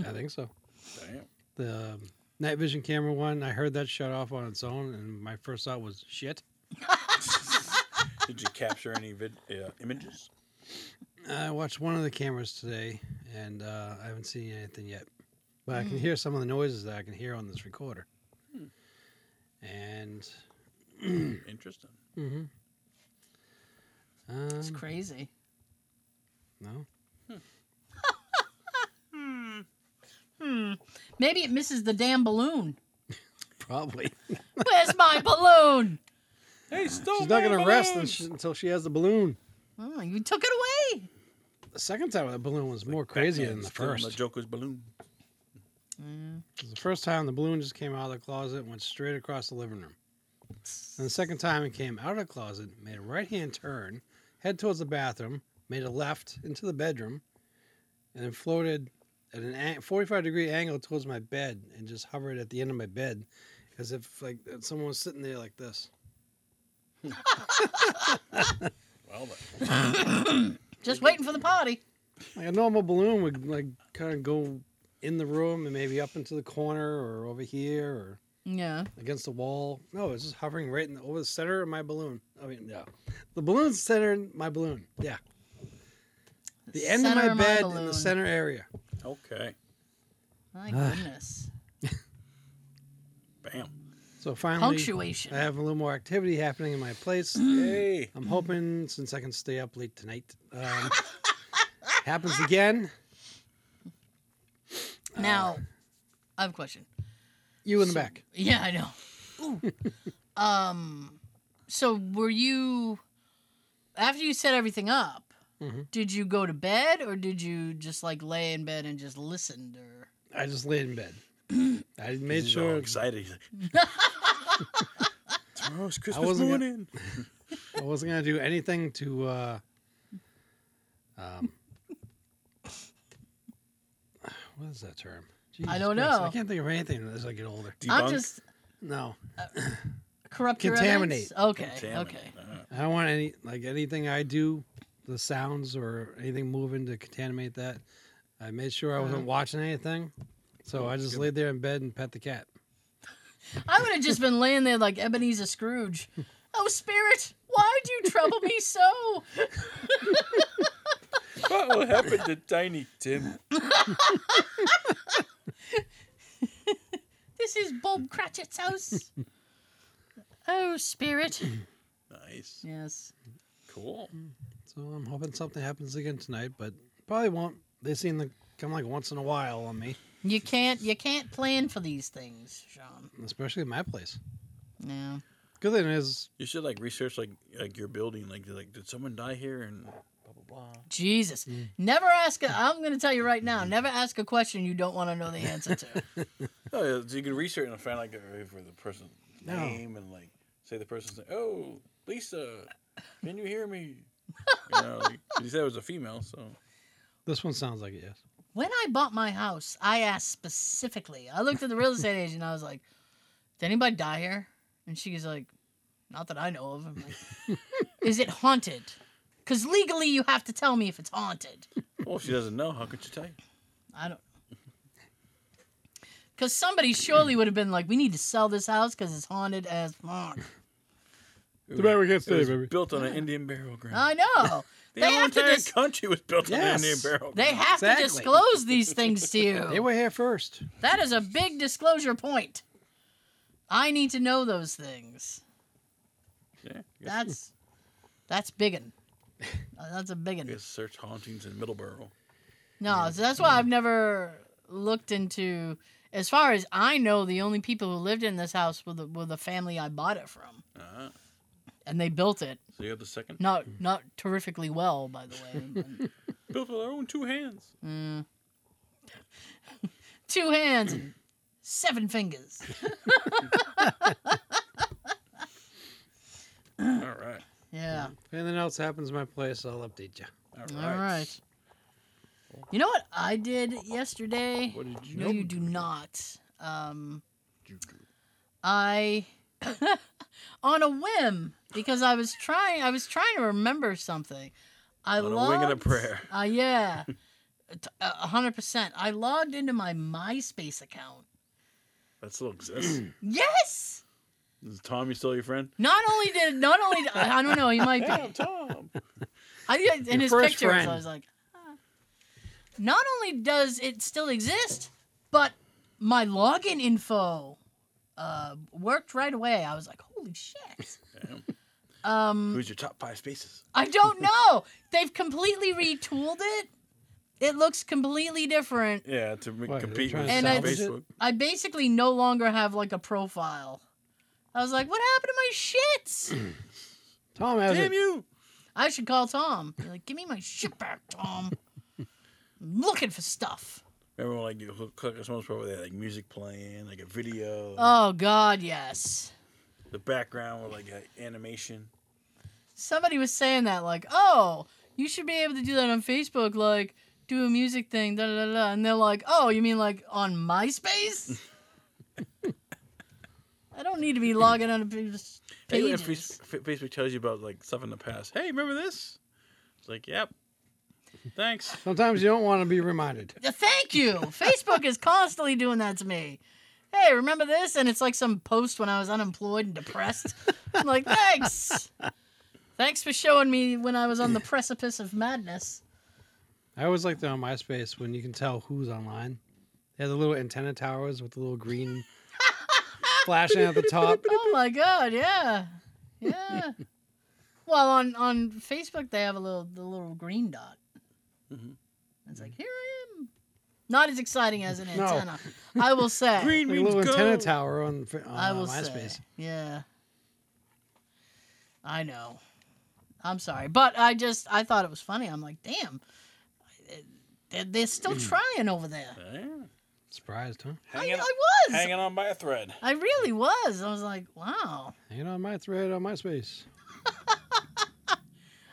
S2: I think so.
S1: Damn.
S2: The night vision camera one. I heard that shut off on its own, and my first thought was shit.
S1: Did you capture any vid- uh, images?
S2: I watched one of the cameras today, and uh, I haven't seen anything yet, but I can hear some of the noises that I can hear on this recorder. And
S1: Interesting.
S2: mm-hmm.
S5: It's crazy.
S2: Um, No,
S5: Hmm. Maybe it misses the damn balloon.
S2: probably.
S5: Where's my balloon?
S1: Hey, stole
S2: She's not gonna rest until she- until she has the balloon.
S5: Oh, you took it away.
S2: The second time with the balloon was more crazy than the
S1: The
S2: first.
S1: Joker's balloon.
S5: Mm.
S2: It was the first time the balloon just came out of the closet and went straight across the living room. And the second time it came out of the closet, made a right hand turn, head towards the bathroom, made a left into the bedroom, and then floated at an ang- 45 degree angle towards my bed and just hovered at the end of my bed as if like someone was sitting there like this.
S1: Well, but
S5: Just waiting for the party.
S2: Like a normal balloon would like kind of go in the room and maybe up into the corner or over here or
S5: Yeah.
S2: against the wall. No, it's just hovering right in the, over the center of my balloon. I mean, yeah, the balloon's center in my balloon. Yeah, the end of
S5: center
S2: my
S5: of my
S2: bed in
S5: balloon.
S2: the center area.
S1: okay.
S5: My goodness.
S1: Bam.
S2: So finally, I
S5: Punctuation.
S2: have a little more activity happening in my place.
S1: Hey.
S2: I'm hoping since I can stay up late tonight, um, happens again.
S5: Now, I have a question.
S2: You in the back?
S5: Yeah, I know. Ooh. um, so were you after you set everything up?
S2: Mhm.
S5: Did you go to bed or did you just like lay in bed and just listened? Or
S2: I just laid in bed. I made
S1: He's all
S2: sure
S1: excited. He's like, Tomorrow's Christmas
S2: wasn't gonna-
S1: morning.
S2: I wasn't gonna do anything to. Uh, um, what is that term? Jesus
S5: don't know.
S2: I can't think of anything as I get older.
S5: I'm
S1: Debunk?
S5: just
S2: No,
S5: corrupt. your
S2: Contaminate.
S5: evidence? Okay.
S1: Damn it.
S5: Okay.
S1: Uh,
S2: I don't want any like anything I do, the sounds or anything moving to contaminate that. I made sure I
S5: Uh-huh.
S2: wasn't watching anything, so I just laid there in bed and pet the cat.
S5: I would have just been laying there like Ebenezer Scrooge. Oh, spirit, why'd you trouble me so?
S1: what will happen to Tiny Tim?
S5: This is Bob Cratchit's house. oh, spirit.
S1: Nice.
S5: Yes.
S1: Cool.
S2: So I'm hoping something happens again tonight, but probably won't. They seem to come like once in a while on me,
S5: You can't. You can't plan for these things, Sean.
S2: especially at my place.
S5: No.
S2: Good thing is
S1: You should like research like like your building. Like, you're like did someone die here? And blah blah blah.
S5: Jesus. Never ask a I'm gonna tell you right now, never ask a question you don't want to know the answer to.
S1: Oh, yeah, so you can research and find like uh, for the person's
S2: No.
S1: name and like say the person's name. Oh, Lisa, can you hear me? you know, like, you said it was a female, so
S2: This one sounds like it, yes.
S5: when I bought my house, I asked specifically. I looked at the real estate agent and I was like, Did anybody die here? And she's like, Not that I know of. I'm like, Is it haunted? Because legally you have to tell me if it's haunted.
S1: well, if she doesn't know, how could she tell you?
S5: I don't Because somebody surely would have been like, We need to sell this house because it's haunted as fuck.
S1: It
S2: The man we can't
S1: it was
S2: stay, baby. Ah.
S1: Built on an Indian burial ground.
S5: I know.
S1: the
S5: they
S1: whole
S5: have to
S1: entire
S5: dis-
S1: country was built on an
S2: Yes.
S1: Indian burial.
S5: They
S1: ground.
S5: have to
S2: Exactly.
S5: disclose these things to you.
S2: They were here first.
S5: That is a big disclosure point. I need to know those things.
S1: Yeah, you guys-
S5: That's that's biggin. Uh, That's a
S1: you
S5: biggin.
S1: guys search hauntings in Middleborough.
S5: No, so that's why I've never looked into. As far as I know, the only people who lived in this house were the were the family I bought it from,
S1: Ah,
S5: and they built it
S1: so you have the second.
S5: not not terrifically well, by the way.
S1: Built with our own two hands.
S5: Mm. Two hands and seven fingers.
S1: All right.
S5: Yeah.
S2: If anything else happens in my place, I'll update you.
S1: All
S5: All
S1: right.
S5: right. You know what I did yesterday?
S1: What did you
S5: No, you do not. Um, I on a whim because I was trying. I was trying to remember something. I
S1: On a
S5: logged,
S1: wing and a prayer.
S5: Uh, yeah, T- uh, a a hundred percent. I logged into my MySpace account.
S1: That still exists.
S5: Yes.
S1: Is Tommy still your friend?
S5: Not only did not only did, I I don't know he might be.
S1: Damn, Tom.
S5: I did- in
S2: Your
S5: his
S2: first
S5: pictures,
S2: friend.
S5: I was like, ah. not only does it still exist, but my login info uh, worked right away. I was like, holy shit.
S1: Damn.
S5: Um,
S1: Who's your top five spaces?
S5: I don't know. They've completely retooled it. It looks completely different.
S1: Yeah, to m-
S2: What, are they
S1: compete
S2: trying
S1: with
S5: to And salvage
S2: it's-
S1: Facebook.
S5: I basically no longer have like a profile. I was like, what happened to my shits?
S2: Tom has
S1: Damn
S2: it.
S1: you!
S5: I should call Tom. Be like, give me my shit back, Tom. I'm looking for stuff.
S1: Remember when like you hook- click on someone's profile, they had like music playing, like a video,
S5: Oh God, yes.
S1: the background with like a animation.
S5: Somebody was saying that, like, oh, you should be able to do that on Facebook, like, do a music thing, da da da, da. and they're like, oh, you mean like on MySpace? I don't need to be logging on to people's
S1: Hey, if
S5: pages.
S1: Fe- Fe- Facebook tells you about like stuff in the past, hey, remember this? It's like, yep. Thanks.
S2: Sometimes you don't want to be reminded.
S5: Uh, Thank you. Facebook is constantly doing that to me. Hey, remember this? And it's like some post when I was unemployed and depressed. I'm like, thanks. Thanks for showing me when I was on the precipice of madness.
S2: I always liked it on MySpace when you can tell who's online. They had the little antenna towers with the little green flashing at the top.
S5: Oh my god, yeah. Yeah. well, on on Facebook they have a little the little green dot.
S1: Mhm.
S5: It's like, here I am. Not as exciting as an
S2: No.
S5: antenna. I will say.
S1: Green
S2: Like a
S1: means
S2: little antenna
S1: go.
S2: tower on, fa- on
S5: I
S2: uh,
S5: will
S2: MySpace.
S5: say, yeah. I know. I'm sorry, but I just I thought it was funny. I'm like, damn, they're, they're still
S2: Hmm.
S5: trying over there.
S1: Yeah.
S2: Surprised, huh?
S5: I,
S1: Hanging,
S5: I was.
S1: hanging on by a thread.
S5: I really was. I was like, wow.
S2: Hanging on my thread on MySpace.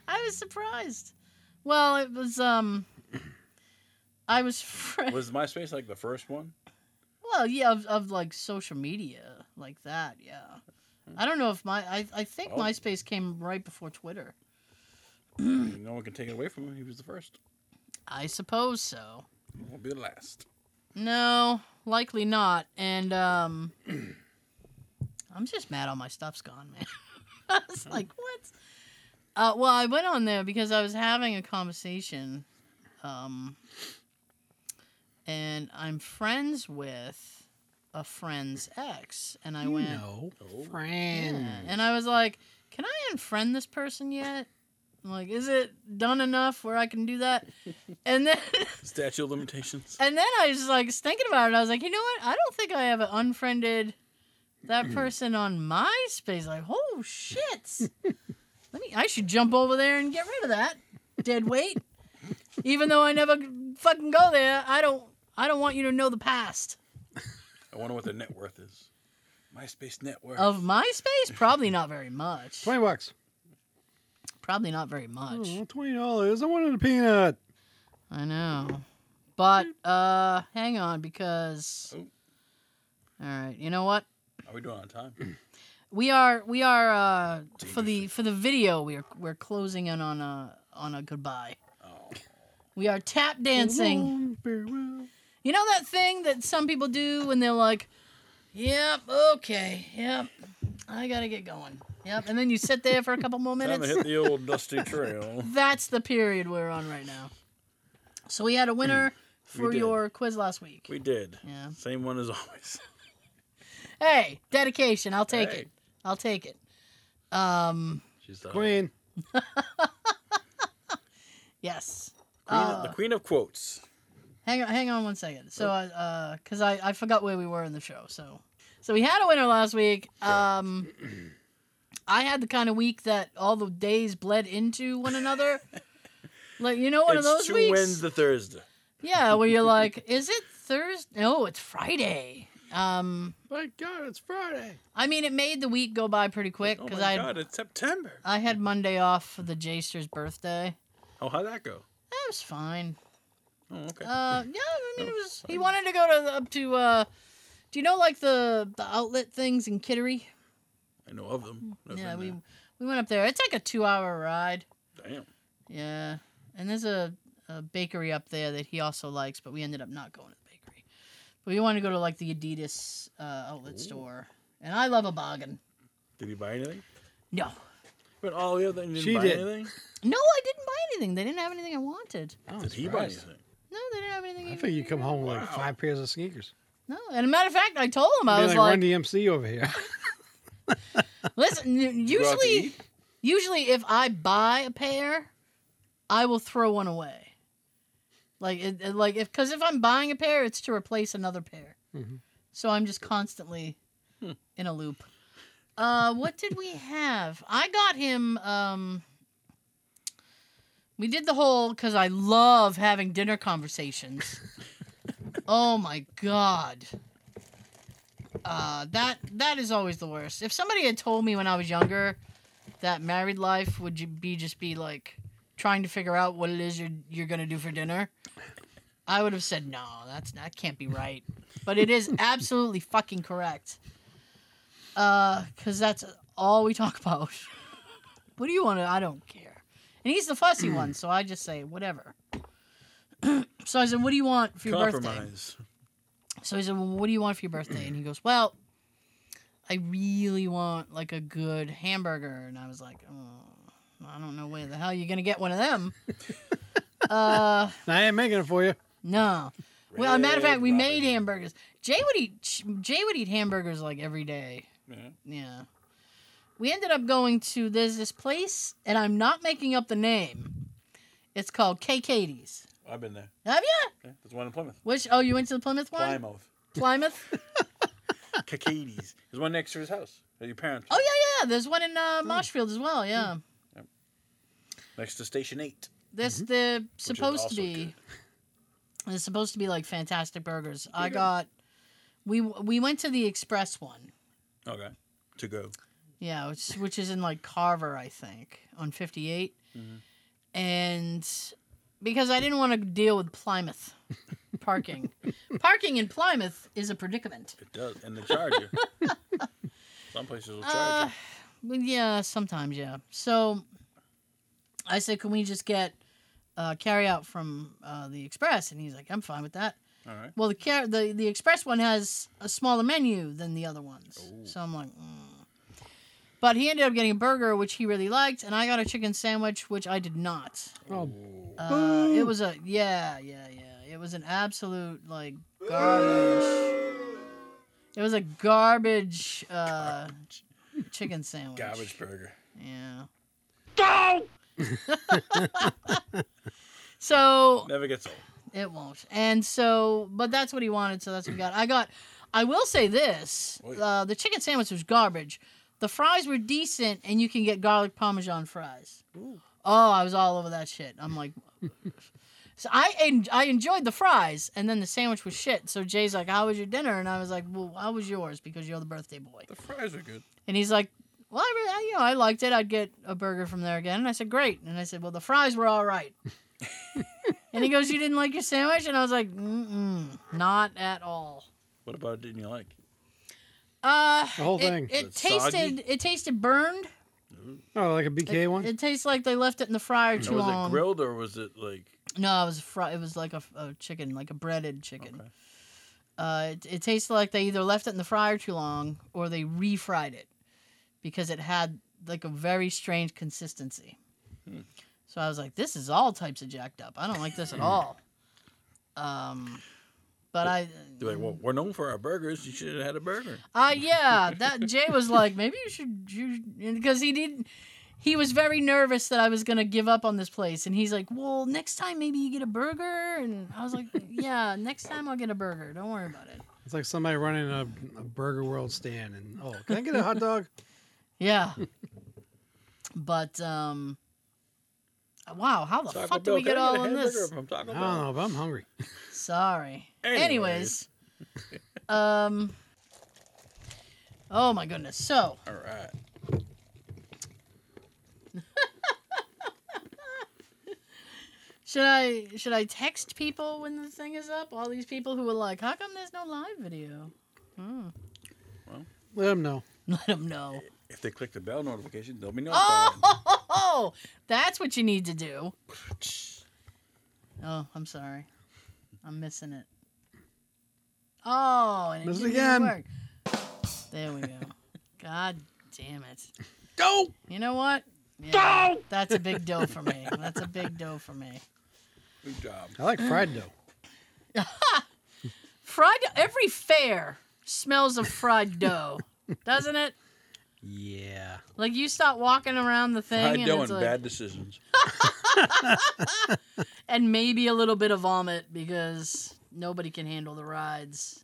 S5: I was surprised. Well, it was um. I was fr-
S1: Was MySpace like the first one?
S5: well, yeah, of, of like social media like that, yeah. I don't know if my I I think
S1: Oh.
S5: MySpace came right before Twitter.
S1: no one can take it away from him. He was the first.
S5: I suppose so.
S1: He won't be the last.
S5: No, likely not. And um, I'm just mad all my stuff's gone, man. I was like, what? Uh, well, I went on there because I was having a conversation, um, and I'm friends with a friend's ex, and I went,
S2: No.
S1: Oh.
S2: Friend.
S5: yeah. And I was like, can I unfriend this person yet? I'm like, is it done enough where I can do that? And then
S1: Statute of limitations.
S5: And then I was like thinking about it. I was like, you know what? I don't think I ever unfriended that person on MySpace. Like, oh shit! Let me. I should jump over there and get rid of that dead weight. Even though I never fucking go there, I don't. I don't want you to know the past
S1: I wonder what their net worth is. MySpace net worth.
S5: of MySpace. Probably not very much.
S2: 20 bucks.
S5: Probably not very much.
S2: Oh, $20. I wanted a peanut.
S5: I know. But uh, hang on because.
S1: Oh.
S5: All right. You know what?
S1: Are we doing on time?
S5: We are we are uh,
S1: Take
S5: for
S1: your
S5: the for the video we're we're closing in on a on a goodbye.
S1: Oh.
S5: We are tap dancing.
S2: Long farewell.
S5: You know that thing that some people do when they're like, "Yep, okay, yep, I gotta get going." Yep, and then you sit there for a couple more
S1: Time to
S5: minutes.
S1: hit the old dusty trail.
S5: That's the period we're on right now. So we had a winner for
S1: Hmm, did.
S5: your quiz last week.
S1: We did.
S5: yeah.
S1: Same one as always.
S5: Hey, dedication. I'll take
S1: Hey.
S5: it. I'll take it. Um.
S1: She's the
S2: Queen.
S5: Yes.
S1: Queen
S5: Uh,
S1: of- the queen of quotes.
S5: Hang on, hang on one second. So, uh, because I, I forgot where we were in the show. So, so we had a winner last week. Um, I had the kind of week that all the days bled into one another. like you know, one
S1: it's
S5: of those
S1: two
S5: weeks.
S1: Wednesday, Thursday.
S5: Yeah, where you're like, is it Thursday? No, it's Friday. Um,
S2: My God, it's Friday.
S5: I mean, it made the week go by pretty quick
S1: Oh
S5: because
S1: my
S5: I had,
S1: god, it's September.
S5: I had Monday off for the Jaster's birthday.
S1: Oh, how'd that go?
S5: That was fine.
S1: Oh, okay.
S5: Uh, yeah, I mean,
S1: Oh,
S5: it was. He
S1: fine.
S5: wanted to go to the- up to. uh Do you know like the the outlet things in Kittery?
S1: I know of them. I've
S5: yeah,
S1: been
S5: we
S1: there.
S5: we went up there. It's like a two-hour ride.
S1: Damn.
S5: Yeah, and there's a, a bakery up there that he also likes, but we ended up not going to the bakery. But we wanted to go to like the Adidas uh, outlet store, and I love a bargain.
S1: Did he buy anything?
S5: No,
S1: But all the other thing didn't
S2: She
S1: buy
S2: did.
S1: anything.
S5: no, I didn't buy anything. They didn't have anything I wanted.
S2: Oh,
S1: Did he buy
S2: surprised.
S1: anything?
S5: No, they didn't have anything.
S2: I think you come home with like
S1: Wow.
S2: five pairs of sneakers.
S5: No, and a matter of fact, I told him I
S2: Be
S5: was
S2: like,
S5: like,
S2: Run DMC over here.
S5: listen. n-
S1: You go out to
S5: Usually,
S1: eat?
S5: usually if I buy a pair, I will throw one away. Like, it, it- like if because if I'm buying a pair, it's to replace another pair.
S2: Mhm.
S5: So I'm just constantly
S1: Mm-hmm. Hmm.
S5: in a loop. Uh, what did we have? I got him. Um, we did the whole because I love having dinner conversations. oh my god. Uh, that that is always the worst. If somebody had told me when I was younger that married life would ju- be just be like trying to figure out what it is you're you're gonna do for dinner, I would have said no. That's that can't be right. But it is absolutely fucking correct. Uh, cause that's all we talk about. what do you want to? I don't care. And he's the fussy one, so I just say whatever. so I said, "What do you want for your birthday?"
S1: Compromise.
S5: So he said, "Well, what do you want for your birthday?" And he goes, "Well, I really want like a good hamburger." And I was like, "Oh, I don't know where the hell you're gonna get one of them." uh,
S2: I ain't making it for you.
S5: no. Well, as a matter of
S1: Red
S5: fact, we
S1: Robin.
S5: made hamburgers. Jay would eat Jay would eat hamburgers like every day.
S1: Yeah.
S5: Yeah. We ended up going to there's this place, and I'm not making up the name. It's called K Katie's.
S1: I've been there.
S5: Have you?
S1: Okay. There's one in Plymouth.
S5: Which oh, you went to the Plymouth one?
S1: Plymouth.
S5: Plymouth?
S1: Kakades. There's one next to his house. At your parents.
S5: Oh yeah, yeah. There's one in uh,
S1: Hmm.
S5: Marshfield as well. Yeah,
S1: Mm-hmm. Next to Station Eight.
S5: this they're
S1: Mm-hmm. which is
S5: supposed
S1: also
S5: to be.
S1: good.
S5: They're supposed to be like fantastic burgers. I got. We we went to the express one.
S1: Okay. To go.
S5: Yeah, which which is in like Carver, I think, on 58.
S1: Mhm.
S5: And because I didn't want to deal with Plymouth parking. parking in Plymouth is a predicament.
S1: It does. And the charger. Some places will charge
S5: Uh,
S1: you.
S5: well, yeah, sometimes, yeah. So I said, can we just get uh, carry out from uh, the express? And he's like, I'm fine with that.
S1: All right.
S5: Well, the car- the the express one has a smaller menu than the other ones,
S1: Ooh.
S5: so I'm like. Mm. But he ended up getting a burger, which he really liked, and I got a chicken sandwich, which I did not.
S2: Oh,
S5: Uh, it was a yeah, yeah, yeah. It was an absolute like garbage. It was a garbage uh, chicken sandwich.
S1: Garbage burger.
S5: Yeah. so
S1: Never gets old.
S5: it won't. And so, but that's what he wanted, so that's what we got. I got. I will say this:
S1: Oy.
S5: uh, the chicken sandwich was garbage. The fries were decent, and you can get garlic parmesan fries. Oh, I was all over that shit. I'm like, "Oh, so I en- I enjoyed the fries, and then the sandwich was shit. So Jay's like, "How was your dinner?" And I was like, "Well, how was yours? Because you're the birthday boy."
S1: The fries are good.
S5: And he's like, "Well, I really, you know, I liked it. I'd get a burger from there again." And I said, "Great." And I said, "Well, the fries were all right." and he goes, "You didn't like your sandwich?" And I was like, Mm-mm, "Not at all."
S1: What about it didn't you like?
S5: Uh, the
S2: whole
S5: it,
S2: thing.
S5: It
S1: It's soggy?
S5: tasted. It tasted burned.
S2: oh, like a BK
S5: It,
S2: one?
S5: it tastes like they left it in the fryer
S1: Now,
S5: too
S1: was
S5: long.
S1: it grilled or was it like
S5: No, it was fr- It was like a, a chicken, like a breaded chicken. Uh, it, it tasted like they either left it in the fryer too long or they refried it because it had like a very strange consistency.
S1: Hmm.
S5: So I was like, this is all types of jacked up. I don't like this at all. Um, but I,
S1: They're like, well, we're known for our burgers. You should have had a burger.
S5: uh, yeah, that Jay was like, maybe you should, you because he didn't. He was very nervous that I was gonna give up on this place, and he's like, "Well, next time maybe you get a burger." And I was like, "Yeah, next time I'll get a burger. Don't worry about it."
S2: It's like somebody running a, a Burger World stand and oh, can I get a hot dog?
S5: Yeah. but um, wow, how the
S1: Taco
S5: fuck
S1: Bell,
S5: did we
S1: can
S5: get
S1: I
S5: all in
S1: a hamburger
S5: this?
S1: From Taco
S2: I
S1: Bell?
S2: don't know, but I'm hungry.
S5: Sorry. Anyways.
S1: Anyways.
S5: um. Oh my goodness. So
S1: All right.
S5: should I should I text people when the thing is up? All these people who were like, "How come there's no live video?" Hmm.
S2: Let them know.
S5: Let them know.
S1: If they click the bell notification, they'll be
S5: Oh,
S1: notified.
S5: ho, ho, ho. Oh, that's what you need to do. Oh, I'm sorry. I'm missing it. Oh, and it
S2: Miss it
S5: didn't
S2: again.
S5: work. There we go. God damn it.
S2: Go.
S5: You know what? Yeah, That's a big dough for me. That's a big dough for me.
S1: Good job.
S2: I like fried dough.
S5: Fried every fair smells of fried dough, doesn't it?
S2: Yeah.
S5: Like you start walking around the thing
S1: High
S5: and,
S1: doing
S5: it's like-
S1: bad decisions.
S5: and maybe a little bit of vomit because nobody can handle the rides.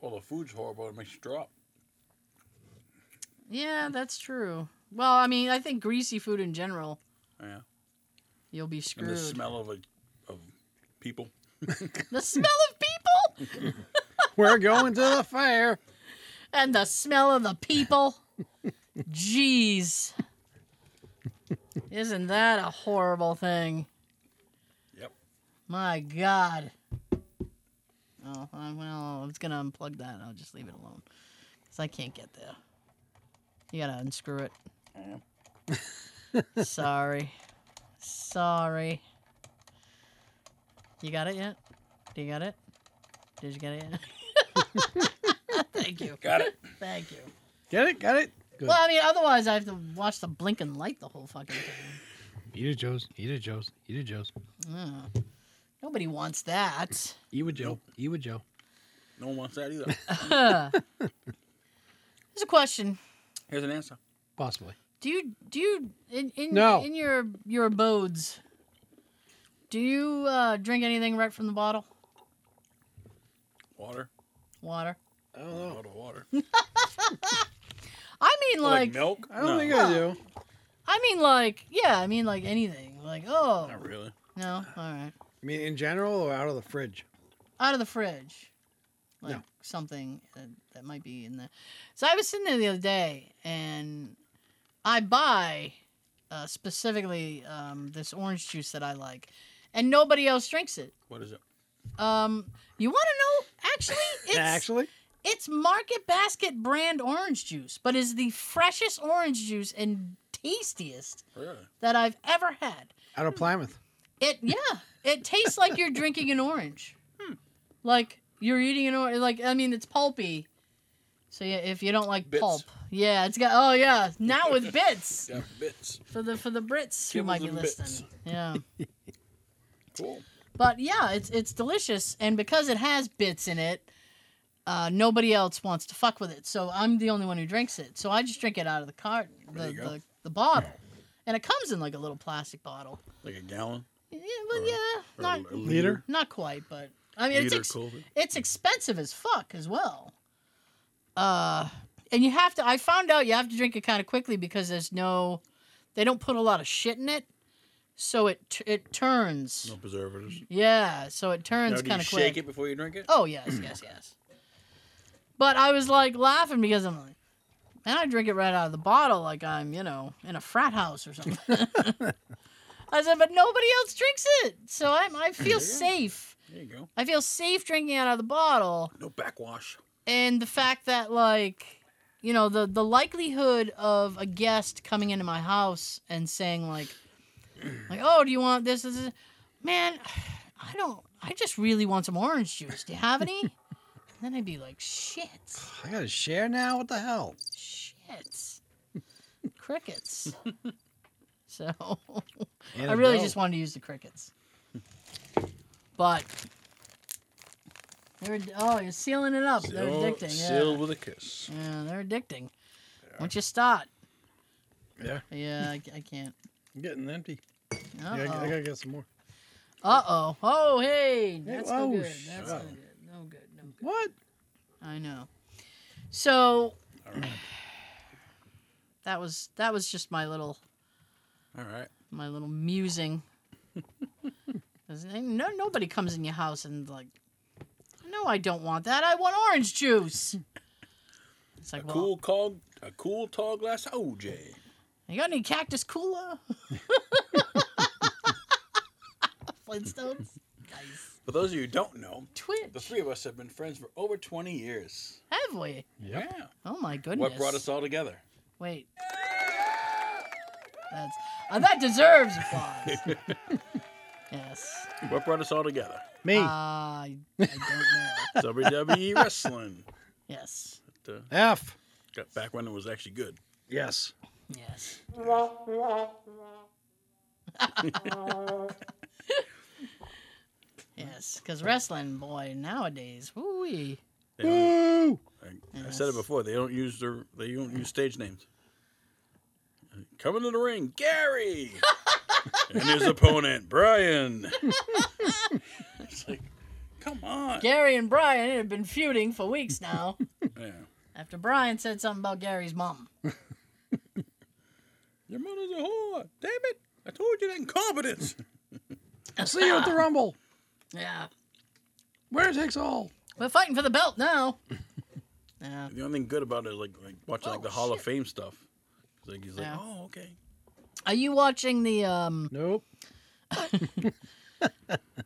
S1: Well, the food's horrible. It makes you drop.
S5: Yeah, that's true. Well, I mean, I think greasy food in general,
S1: Yeah.
S5: you'll be
S1: And
S5: screwed.
S1: the smell of a, of people.
S5: the smell of people
S2: We're going to the fair.
S5: and the smell of the people. Jeez. Isn't that a horrible thing?
S1: Yep.
S5: My God. Oh, I, well, I was going to unplug that. I'll just leave it alone. Because I can't get there. You got to unscrew it. Sorry. Sorry. You got it yet? Do you got it? Did you get it yet? Thank you.
S1: Got it.
S5: Thank you.
S2: Get it? Got it? Good.
S5: Well, I mean, otherwise I have to watch the blinking light the whole fucking time.
S2: Eat it, Joe's. Eat it, Joe's. Eat it, Joe's.
S5: Ugh. Nobody wants that.
S2: Eat with Joe. Eat with Joe.
S1: No one wants that either.
S5: There's a question.
S1: Here's an answer.
S2: Possibly.
S5: Do you do you in in,
S2: No.
S5: in your your abodes? Do you uh, drink anything right from the bottle?
S1: Water.
S5: Water.
S2: I
S5: Oh.
S2: don't
S1: A
S2: know.
S1: lot of water.
S5: I mean, like,
S1: milk?
S2: I don't
S1: no,
S2: think I do.
S5: I mean, like, yeah, I mean, like anything. Like, oh,
S1: Not really.
S5: no, all right,
S2: I mean, in general or out of the fridge?
S5: out of the fridge, like
S2: No.
S5: something that, that might be in there. So I was sitting there the other day, and I buy uh, specifically um, this orange juice that I like, and nobody else drinks it.
S1: What is it?
S5: Um, you want to know? Actually, it's
S2: Actually,
S5: it's Market Basket brand orange juice, but is the freshest orange juice and tastiest
S1: Really?
S5: that I've ever had.
S2: out of Plymouth.
S5: It yeah, it tastes like you're drinking an orange,
S1: Hmm.
S5: like you're eating an orange. Like I mean, it's pulpy. So yeah, if you don't like
S1: Bits.
S5: pulp, yeah, it's got oh yeah, now with bits
S1: Got bits.
S5: for the for the Brits who
S1: Kibbles
S5: might be
S1: and bits.
S5: listening. Yeah.
S1: Cool.
S5: But yeah, it's it's delicious, and because it has bits in it, uh, nobody else wants to fuck with it. So I'm the only one who drinks it. So I just drink it out of the carton, the,
S1: There you go.
S5: the, the bottle, and it comes in like a little plastic bottle.
S1: Like a gallon?
S5: Yeah, but
S1: Or-
S5: yeah,
S1: or
S5: not
S1: a
S2: Liter?
S5: not quite, but I mean it's
S1: Liter
S5: ex-
S1: cold.
S5: it's expensive as fuck as well. Uh, and you have to. I found out you have to drink it kind of quickly because there's no, they don't put a lot of shit in it, so it t- it turns.
S1: No preservatives.
S5: Yeah, so it
S1: Now,
S5: turns
S1: do you
S5: kind of
S1: shake
S5: quick.
S1: it before you drink it?
S5: Oh yes, yes, yes. But I was like laughing because I'm like, man, I drink it right out of the bottle, like I'm you know in a frat house or something. I said, but nobody else drinks it, so I'm I
S1: you go.
S5: feel safe.
S1: There you go.
S5: I feel safe drinking it out of the bottle,
S1: No backwash.
S5: and the fact that like. You know the the likelihood of a guest coming into my house and saying like, like, oh, do you want this? This, this? man, I don't. I just really want some orange juice. Do you have any? and then I'd be like, shit,
S2: I gotta share now. What the hell?
S5: shit, crickets. so
S2: And
S5: I
S2: a
S5: really
S2: dough.
S5: just wanted to use the crickets, but they're oh, you're sealing it up. They're
S1: Seal-
S5: addicting.
S1: Sealed
S5: Yeah.
S1: with a kiss.
S5: yeah, they're addicting. Once you start,
S2: Yeah,
S5: yeah, I, I can't.
S2: I'm getting empty. Yeah, I, I
S5: Uh
S2: gotta get some more.
S5: oh. Uh oh. Oh hey, that's no
S2: oh,
S5: good. That's no
S2: shut.
S5: good. No good. No good.
S2: What?
S5: I know. So
S1: All right.
S5: that was that was just my little
S1: All right.
S5: my little musing. 'Cause ain't- no, nobody comes in your house and like, no, I don't want that. I want orange juice. It's
S1: A
S5: like, well,
S1: cool cog, a cool tall glass of OJ.
S5: you got any cactus cooler? Flintstones. Nice.
S1: For those of you who don't know,
S5: Twitch.
S1: the three of us have been friends for over 20 years.
S5: Have we?
S1: Yeah.
S5: Oh my goodness.
S1: What brought us all together?
S5: Wait. That's uh, that deserves applause. yes.
S1: What brought us all together?
S2: Me.
S5: Uh, I, I don't know.
S1: WWE E wrestling.
S5: Yes.
S1: But, uh,
S2: F.
S1: got back when it was actually good.
S2: Yes.
S5: Yes. yes, because wrestling, boy, nowadays, woo
S1: They don't-
S2: Woo!
S1: I, I said it before. They don't use their they don't use stage names. Coming to the ring, Gary, and his opponent Brian. it's like, come on.
S5: Gary and Brian have been feuding for weeks now.
S1: Yeah.
S5: after Brian said something about Gary's mom.
S1: Your mother's a whore. Damn it! I told you that incompetence.
S2: I'll see you at the Rumble.
S5: Yeah.
S2: Where it takes all.
S5: We're fighting for the belt now. Yeah.
S1: the only thing good about it is like, like watching like
S5: Oh,
S1: the Hall of
S5: shit.
S1: Fame stuff. It's like he's like,
S5: Yeah.
S1: oh okay.
S5: Are you watching the um
S2: Nope.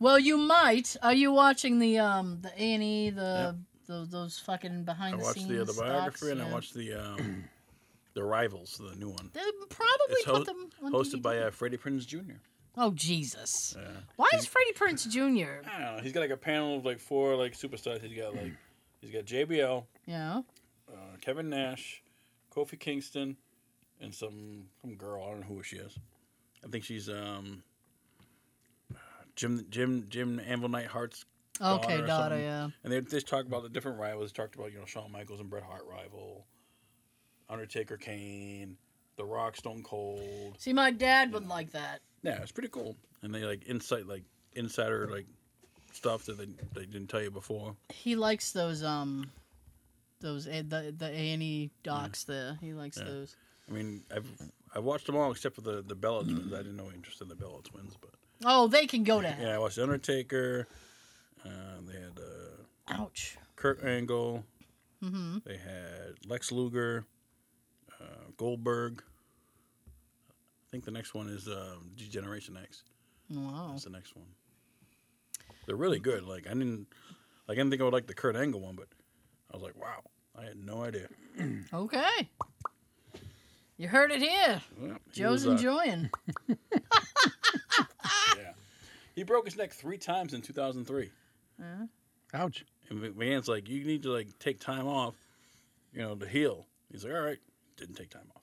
S5: well you might. Are you watching the um the A and E, the those, those fucking
S1: I
S5: behind the
S1: watched
S5: scenes
S1: the the biography
S5: docs,
S1: and I
S5: yeah.
S1: watched the um, the Rivals, the new one,
S5: They probably
S1: It's
S5: put
S1: ho-
S5: them on
S1: hosted by
S5: DVD.
S1: uh, Freddie Prinze Jr.
S5: Oh Jesus.
S1: Yeah.
S5: Why is Freddie Prince Jr.
S1: I don't know. He's got like a panel of like four like superstars. He's got like he's got JBL,
S5: Yeah.
S1: uh, Kevin Nash, Kofi Kingston, and some some girl. I don't know who she is. I think she's um Jim Jim Jim Anvil Nightheart's,
S5: Okay,
S1: Daughter or
S5: daughter,
S1: something.
S5: yeah.
S1: and they just talk about the different rivals. They talked about you know Shawn Michaels and Bret Hart rival, Undertaker, Kane, The Rock, Stone Cold.
S5: See my dad would like that.
S1: Yeah, it's pretty cool. And they like insight like insider like stuff that they they didn't tell you before.
S5: He likes those um those A- the the A and E docs there. He likes
S1: Mm. Yeah.
S5: those.
S1: I mean, I've I've watched them all except for the the Bella twins. I didn't know interest in the Bella twins, but
S5: Mm-hmm. Oh, they can go to hell.
S1: yeah, I watched Undertaker. Uh, they had uh,
S5: Ouch.
S1: Kurt Angle.
S5: Mm-hmm.
S1: They had Lex Luger, uh, Goldberg. I think the next one is um, Generation X.
S5: Wow. Oh.
S1: That's the next one. They're really good. Like I didn't, like I didn't think I would like the Kurt Angle one, but I was like, wow, I had no idea.
S5: Okay. You heard it here.
S1: Well, he was,
S5: Joe's
S1: uh,
S5: enjoying.
S1: Yeah, he broke his neck three times in 2003.
S5: Yeah.
S2: Ouch.
S1: And McMahon's like, you need to like take time off, you know, to heal. He's like, all right, didn't take time off.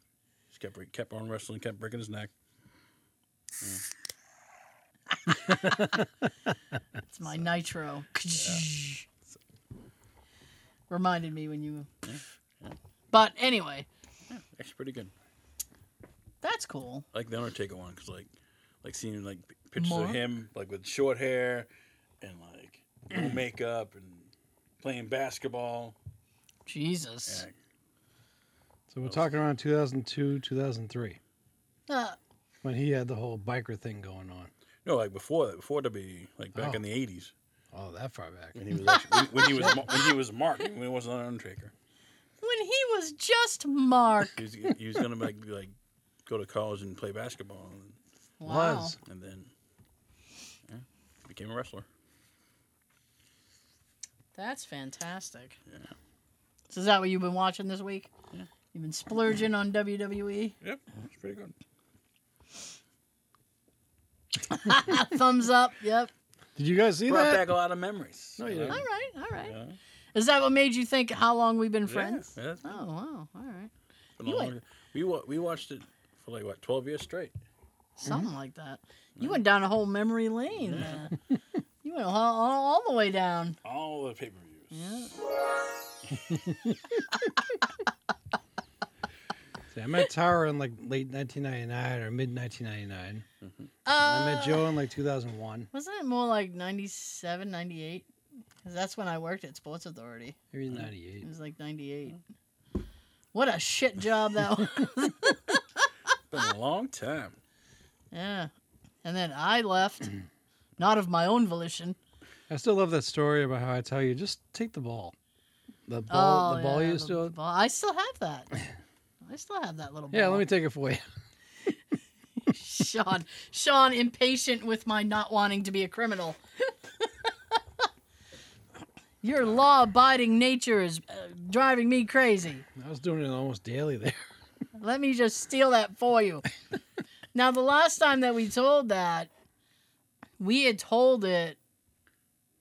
S1: Just kept kept on wrestling, kept breaking his neck.
S5: It's my nitro. Reminded me when you. But anyway,
S1: Actually, pretty good.
S5: that's cool.
S1: I like the Undertaker one because like, like seeing like pictures
S5: More?
S1: of him like with short hair and like no makeup and playing basketball.
S5: Jesus.
S1: Yeah,
S2: So
S1: Oh.
S2: we're talking around 2002, 2003,
S5: Uh,
S2: when he had the whole biker thing going on.
S1: no, like before that, before WWE, like back
S2: Oh.
S1: in the '80s
S2: Oh, that far back.
S1: when he was actually, when, when he was Mar- when he was Mark when he wasn't Undertaker.
S5: when he was just Mark.
S1: He was, he was gonna like, be, like go to college and play basketball and,
S5: Wow.
S2: Was.
S1: and then yeah, became a wrestler.
S5: That's fantastic.
S1: Yeah.
S5: So is that what you've been watching this week?
S1: Yeah.
S5: You've been splurging on E? WWE.
S1: Yep, it's pretty good.
S5: Thumbs up. Yep.
S2: Did you guys see
S1: Brought
S2: that?
S1: back a lot of memories.
S2: No, you
S5: All
S2: didn't.
S5: right. All right.
S1: Yeah.
S5: Is that what made you think how long we've been friends?
S1: Yeah, it's been
S5: Oh wow. All right.
S1: a
S5: You
S1: long
S5: went-
S1: time. we wa- we watched it for like what twelve years straight.
S5: Something
S2: Mm-hmm.
S5: like that. You went down a whole memory lane. there. you went all, all, all the way down.
S1: All the pay per views.
S5: Yeah.
S2: See, I met Tara in like late 1999 or mid 1999. I
S5: Uh,
S2: met Joe in like 2001.
S5: Wasn't it more like 97, 98? Because that's when I worked at Sports Authority.
S2: Maybe 98.
S5: It was like 98. What a shit job that was.
S1: Been a long time.
S5: yeah. And then I left, not of my own volition.
S2: I still love that story about how I tell you just take the ball. The ball,
S5: oh,
S2: the ball
S5: yeah,
S2: you still.
S5: the ball. I still have that. I still have that little ball.
S2: Yeah, let me take it for you.
S5: Sean, Sean, impatient with my not wanting to be a criminal. Your law abiding nature is uh, driving me crazy.
S2: I was doing it almost daily there.
S5: Let me just steal that for you. now, the last time that we told that, we had told it.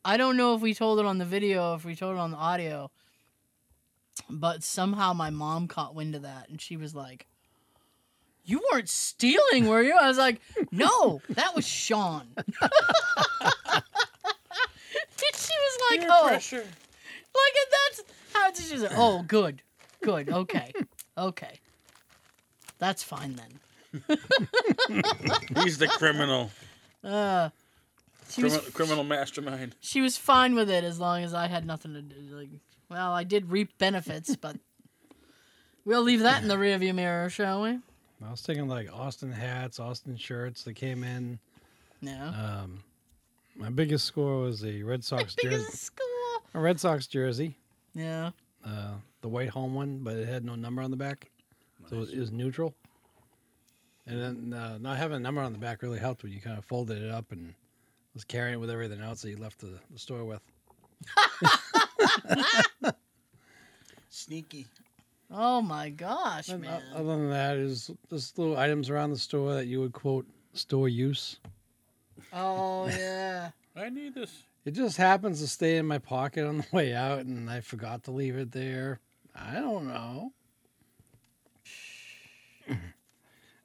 S5: I don't know if we told it on the video, if we told it on the audio, but somehow my mom caught wind of that and she was like, You weren't stealing, were you? I was like, No, that was Sean. and she was like, Oh, like and that's how it's just like, oh good. Good. Okay. Okay. That's fine then.
S1: He's the criminal,
S5: Uh she was
S1: criminal, criminal mastermind.
S5: she was fine with it as long as I had nothing to do. Like well, I did reap benefits, but we'll leave that in the rearview mirror, shall we?
S2: I was taking like Austin hats, Austin shirts that came in.
S5: No.
S2: Um, my biggest score was a Red Sox jersey.
S5: School.
S2: A Red Sox jersey,
S5: Yeah.
S2: uh, the white home one, but it had no number on the back, so it was, it was neutral. And then uh, not having a number on the back really helped when you kind of folded it up and was carrying it with everything else that you left the, the store with.
S1: Sneaky.
S5: Oh my gosh,
S2: And o-
S5: man.
S2: other than that, is just little items around the store that you would quote store use.
S5: Oh yeah.
S1: I need this.
S2: It just happens to stay in my pocket on the way out, and I forgot to leave it there. I don't know.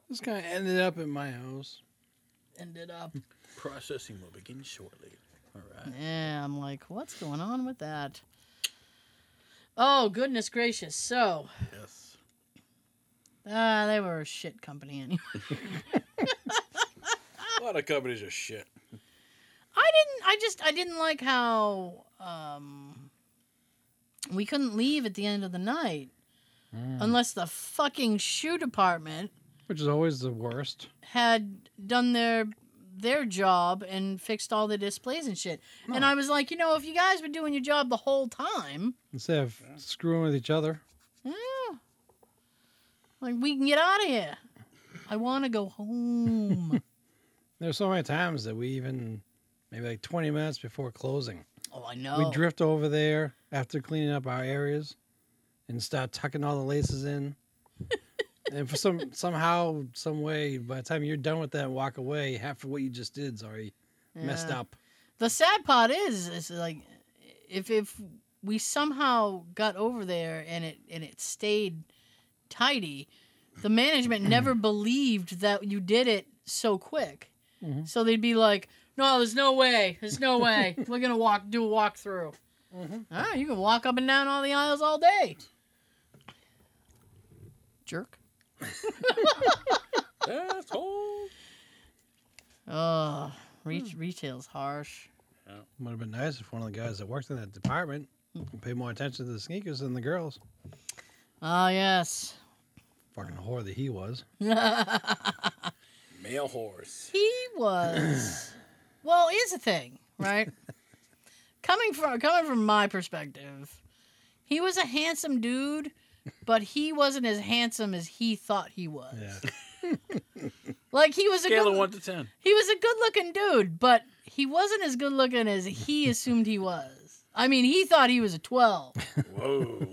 S2: Just kind of ended up at my house.
S5: Ended up.
S1: Processing will begin shortly. All right.
S5: Yeah, I'm like, what's going on with that? Oh goodness gracious. So
S1: Yes.
S5: Uh, they were a shit company anyway.
S1: A lot of companies are shit.
S5: I didn't. I just. I didn't like how um, we couldn't leave at the end of the night unless the fucking shoe department
S2: Which is always the worst.
S5: had done their their job and fixed all the displays and shit. And
S2: No.
S5: I was like, you know, if you guys were doing your job the whole time,
S2: Instead of screwing with each other.
S5: yeah, like we can get out of here. I want to go home.
S2: There's so many times that we even, maybe like 20 minutes before closing,
S5: oh, I know.
S2: we drift over there after cleaning up our areas and start tucking all the laces in. and for some somehow, some way, by the time you're done with that and walk away, half of what you just did is already messed
S5: Yeah.
S2: up.
S5: the sad part is is like if if we somehow got over there and it and it stayed tidy the management never believed that you did it so quick
S2: Mhm.
S5: so they'd be like no there's no way there's no way we're gonna walk do a walkthrough
S2: Mhm.
S5: Ah, you can walk up and down all the aisles all day jerk
S1: Asshole.
S5: oh re- retail's harsh
S2: Would have been nice if one of the guys that worked in that department paid more attention to the sneakers than the girls.
S5: ah yes
S2: Fucking whore that he was.
S1: Male horse.
S5: He was. well, here's the thing, right? coming from coming from my perspective, he was a handsome dude, but he wasn't as handsome as he thought he was.
S2: Yeah.
S5: Like he was a
S1: Scale of
S5: good,
S1: one to ten.
S5: he was a good looking dude, but he wasn't as good looking as he assumed he was. I mean, he thought he was a twelve,
S1: Whoa.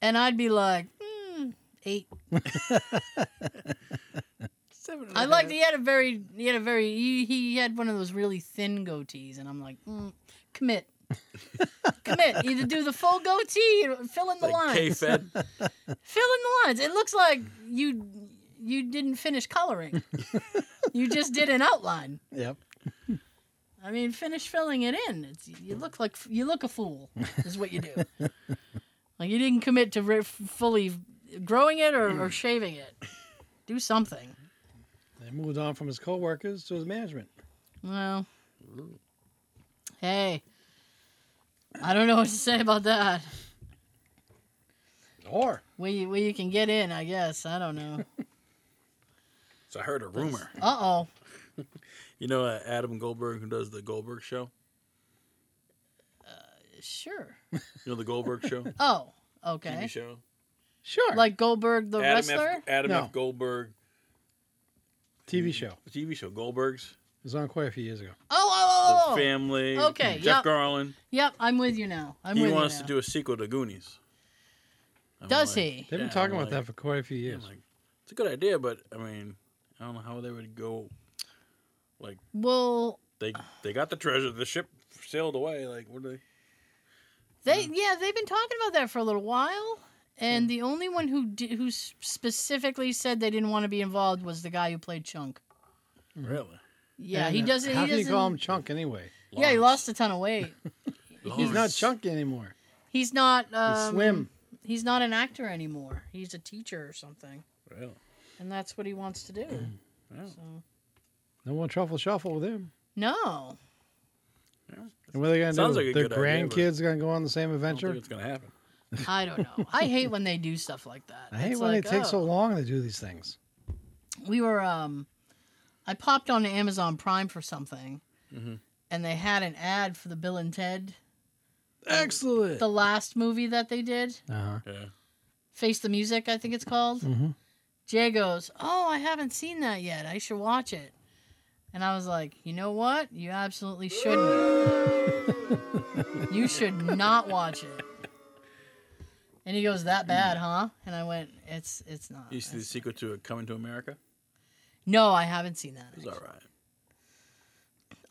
S5: and I'd be like. "Hmm, Eight.
S1: Seven and a
S5: I liked
S1: half.
S5: he had a very he had a very he, he had one of those really thin goatees, and I'm like, mm, commit, commit. Either do the full goatee or fill in the
S1: Like K
S5: lines.
S1: Fed.
S5: Fill in the lines. It looks like you you didn't finish coloring. you just did an outline.
S2: Yep.
S5: I mean, finish filling it in. It's, you look like you look a fool. Is what you do. like you didn't commit to re- fully growing it or, or shaving it. Do something.
S2: They moved on from his coworkers to his management.
S5: Well, hey, I don't know what to say about that.
S2: Whore.
S5: Where you, where you can get in, I guess. I don't know.
S1: So I heard a rumor.
S5: Uh oh.
S1: You know uh, Adam Goldberg who does the Goldberg show?
S5: Sure.
S1: You know the Goldberg show?
S5: Oh,
S1: TV
S5: okay.
S1: show?
S2: Sure.
S5: Like Goldberg the
S1: Adam
S5: wrestler?
S1: F. Adam
S2: No.
S1: F. Goldberg. Mm,
S2: TV show. It
S1: TV show Goldberg's.
S2: was on quite a few years ago.
S5: Oh, oh, oh, Oh,
S1: the family.
S5: okay,
S1: Jeff
S5: yep.
S1: Garland.
S5: yep. I'm with you now. I'm
S1: he
S5: with
S1: wants
S5: you
S1: to
S5: now.
S1: do a sequel to Goonies. I'm
S5: Does
S1: like-
S5: he?
S2: They've
S1: Yeah,
S2: been talking
S1: I'm
S2: about
S1: like-
S2: that for quite a few
S1: yeah,
S2: years.
S1: like, it's a good idea, but I mean, I don't know how they would go.
S5: Well,
S1: They they got the treasure. The ship sailed away. Like what? Are they?
S5: They yeah, they've been talking about that for a little while, and the only one who did, who s- specifically said they didn't want to be involved was the guy who played Chunk.
S1: Really?
S5: Yeah,
S2: And
S5: he doesn't.
S2: How
S5: he
S2: can
S5: doesn't.
S2: you call him Chunk anyway?
S5: Yeah, he lost a ton of weight.
S2: He's not
S1: Lawrence.
S2: chunky anymore.
S5: He's not.
S2: He's
S5: Um,
S2: slim.
S5: He's not an actor anymore. He's a teacher or something,
S1: Really?
S5: and that's what he wants to do.
S1: Wow.
S5: So
S2: No one truffle shuffle with him.
S5: no,
S2: And what are they gonna
S1: Sounds
S2: do?
S1: like a
S2: Their
S1: good idea, but-
S2: grandkids gonna go on the same
S1: I don't think
S2: adventure?
S1: it's gonna happen.
S5: I don't know. I hate when they do stuff like that.
S2: I hate
S5: It's
S2: when
S5: like,
S2: they take so
S5: oh.
S2: long to do these things.
S5: we were um i popped on amazon prime for something
S2: Mm-hmm.
S1: Mhm.
S5: and they had an ad for the bill and ted
S2: Excellent.
S5: the last movie that they did
S2: Uh huh.
S1: Yeah.
S5: face the music i think it's called
S2: Mm-hmm.
S5: jay goes oh i haven't seen that yet i should watch it and i was like you know what you absolutely shouldn't you should not watch it and he goes that bad huh and i went it's it's not
S1: You see the
S5: It's-
S1: sequel to Coming to America?
S5: no i haven't seen that
S1: It was all right.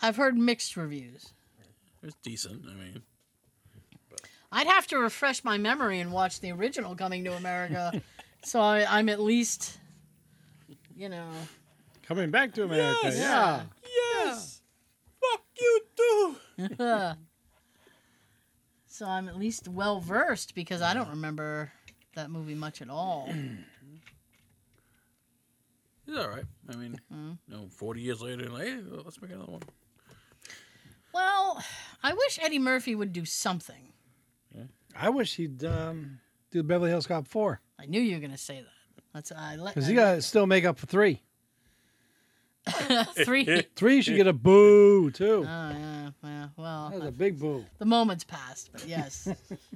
S5: i've heard mixed reviews
S1: It was decent. I mean,
S5: I'd have to refresh my memory and watch the original Coming to America, so I, I'm at leleast, you know,
S2: Coming back to America.
S1: Yes.
S2: Yeah.
S1: yes. Fuck you too.
S5: so I'm at least well versed because I don't remember that movie much at all.
S1: It's all right. I mean,
S5: Mm.
S1: you know, forty years later, like, hey, well, let's make another one.
S5: Well, I wish Eddie Murphy would do something.
S2: I wish he'd um, do Beverly Hills Cop four
S5: I knew you were gonna say that. That's I let
S2: because he got to still make up for three.
S5: three. oh
S2: Three should get a boo too.
S5: Uh, yeah, yeah.
S2: That was a
S5: Well,
S2: big boo.
S5: the moment's passed, but yes,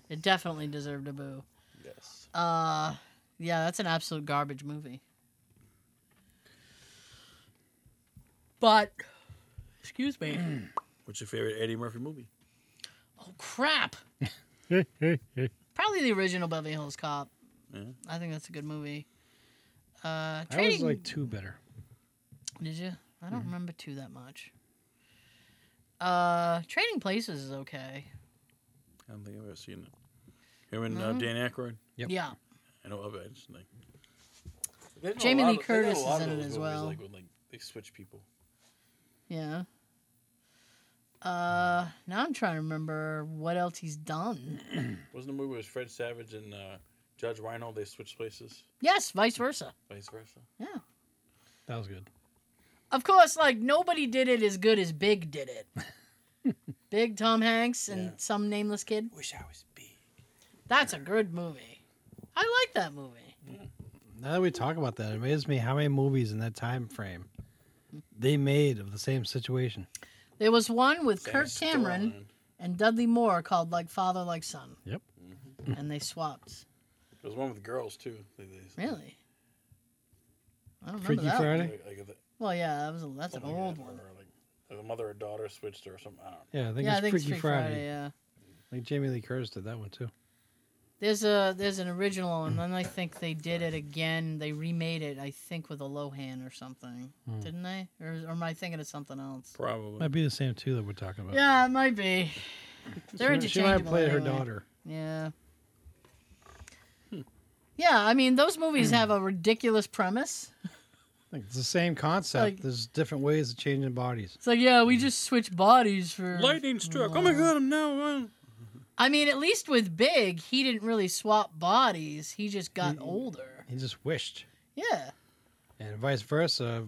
S5: it definitely deserved a boo.
S1: Yes.
S5: Uh, yeah, that's an absolute garbage movie. But, excuse me.
S1: What's your favorite Eddie Murphy movie?
S5: oh crap!
S2: I
S5: Probably the original Beverly Hills Cop.
S1: Yeah.
S5: I think that's a good movie. Uh,
S2: was
S5: trading.
S2: like two better.
S5: Did you? I don't remember two that much. Uh, Trading Places is okay.
S1: I don't think I've ever seen it. Him and uh,
S5: No.
S1: Dan Aykroyd.
S2: Yep.
S5: Yeah.
S1: I know of it. I just think.
S5: Jamie Lee Curtis is in it as well.
S1: Like when like they switch people.
S5: Yeah. Uh, now I'm trying to remember what else he's done.
S1: Wasn't the movie with Fred Savage and uh, Judge Reinhold? They switched places,
S5: Yes, vice versa.
S1: vice versa.
S5: Yeah.
S2: That was good.
S5: Of course, like nobody did it as good as Big did it. Big Tom Hanks and
S1: Yeah.
S5: some nameless kid.
S1: Wish I was big.
S5: That's a good movie. I like that movie.
S2: Now that we talk about that, it amazes me how many movies in that time frame they made of the same situation.
S5: There was one with Kirk Cameron and Dudley Moore called like Father Like Son. Mm-hmm.
S2: Yep.
S5: And they swapped.
S1: There's one with girls too. They- they-
S5: Really? I don't remember
S2: Freaky
S5: that.
S2: Friday.
S1: Like, like, the-
S5: Well, yeah, that was a, that's an
S1: something like
S5: old
S1: that,
S5: one.
S1: Oh, or, like, the mother or daughter switched or something. I don't know.
S2: Yeah, I think
S5: yeah,
S2: it's
S5: I think
S2: Freaky
S5: it's Freaky
S2: Friday.
S5: Friday. Yeah.
S2: I think Jamie Lee Curtis did that one too.
S5: There's a there's an original
S2: Mm.
S5: and then I think they did it again. They remade it, I think, with a Lohan or something,
S2: Hmm.
S5: didn't they? Or, or am I thinking of something else?
S1: Probably.
S2: Might be the same two that we're talking about.
S5: Yeah, it might be. They're
S2: she, she might have
S5: interchangeable
S2: played her
S5: anyway.
S2: daughter. Hmm.
S5: Yeah. Yeah, I mean those movies have a ridiculous premise.
S2: I think it's the same concept.
S5: Like-
S2: There's different ways of changing bodies.
S5: It's like, yeah,
S2: Hmm.
S5: we just switch bodies for
S1: Lightning struck. Oh my
S5: Aw.
S1: god, I'm now on.
S5: I mean, at least with Big, he didn't really swap bodies. He just got
S2: He-
S5: older.
S2: He just wished,
S5: Yeah.
S2: and vice versa.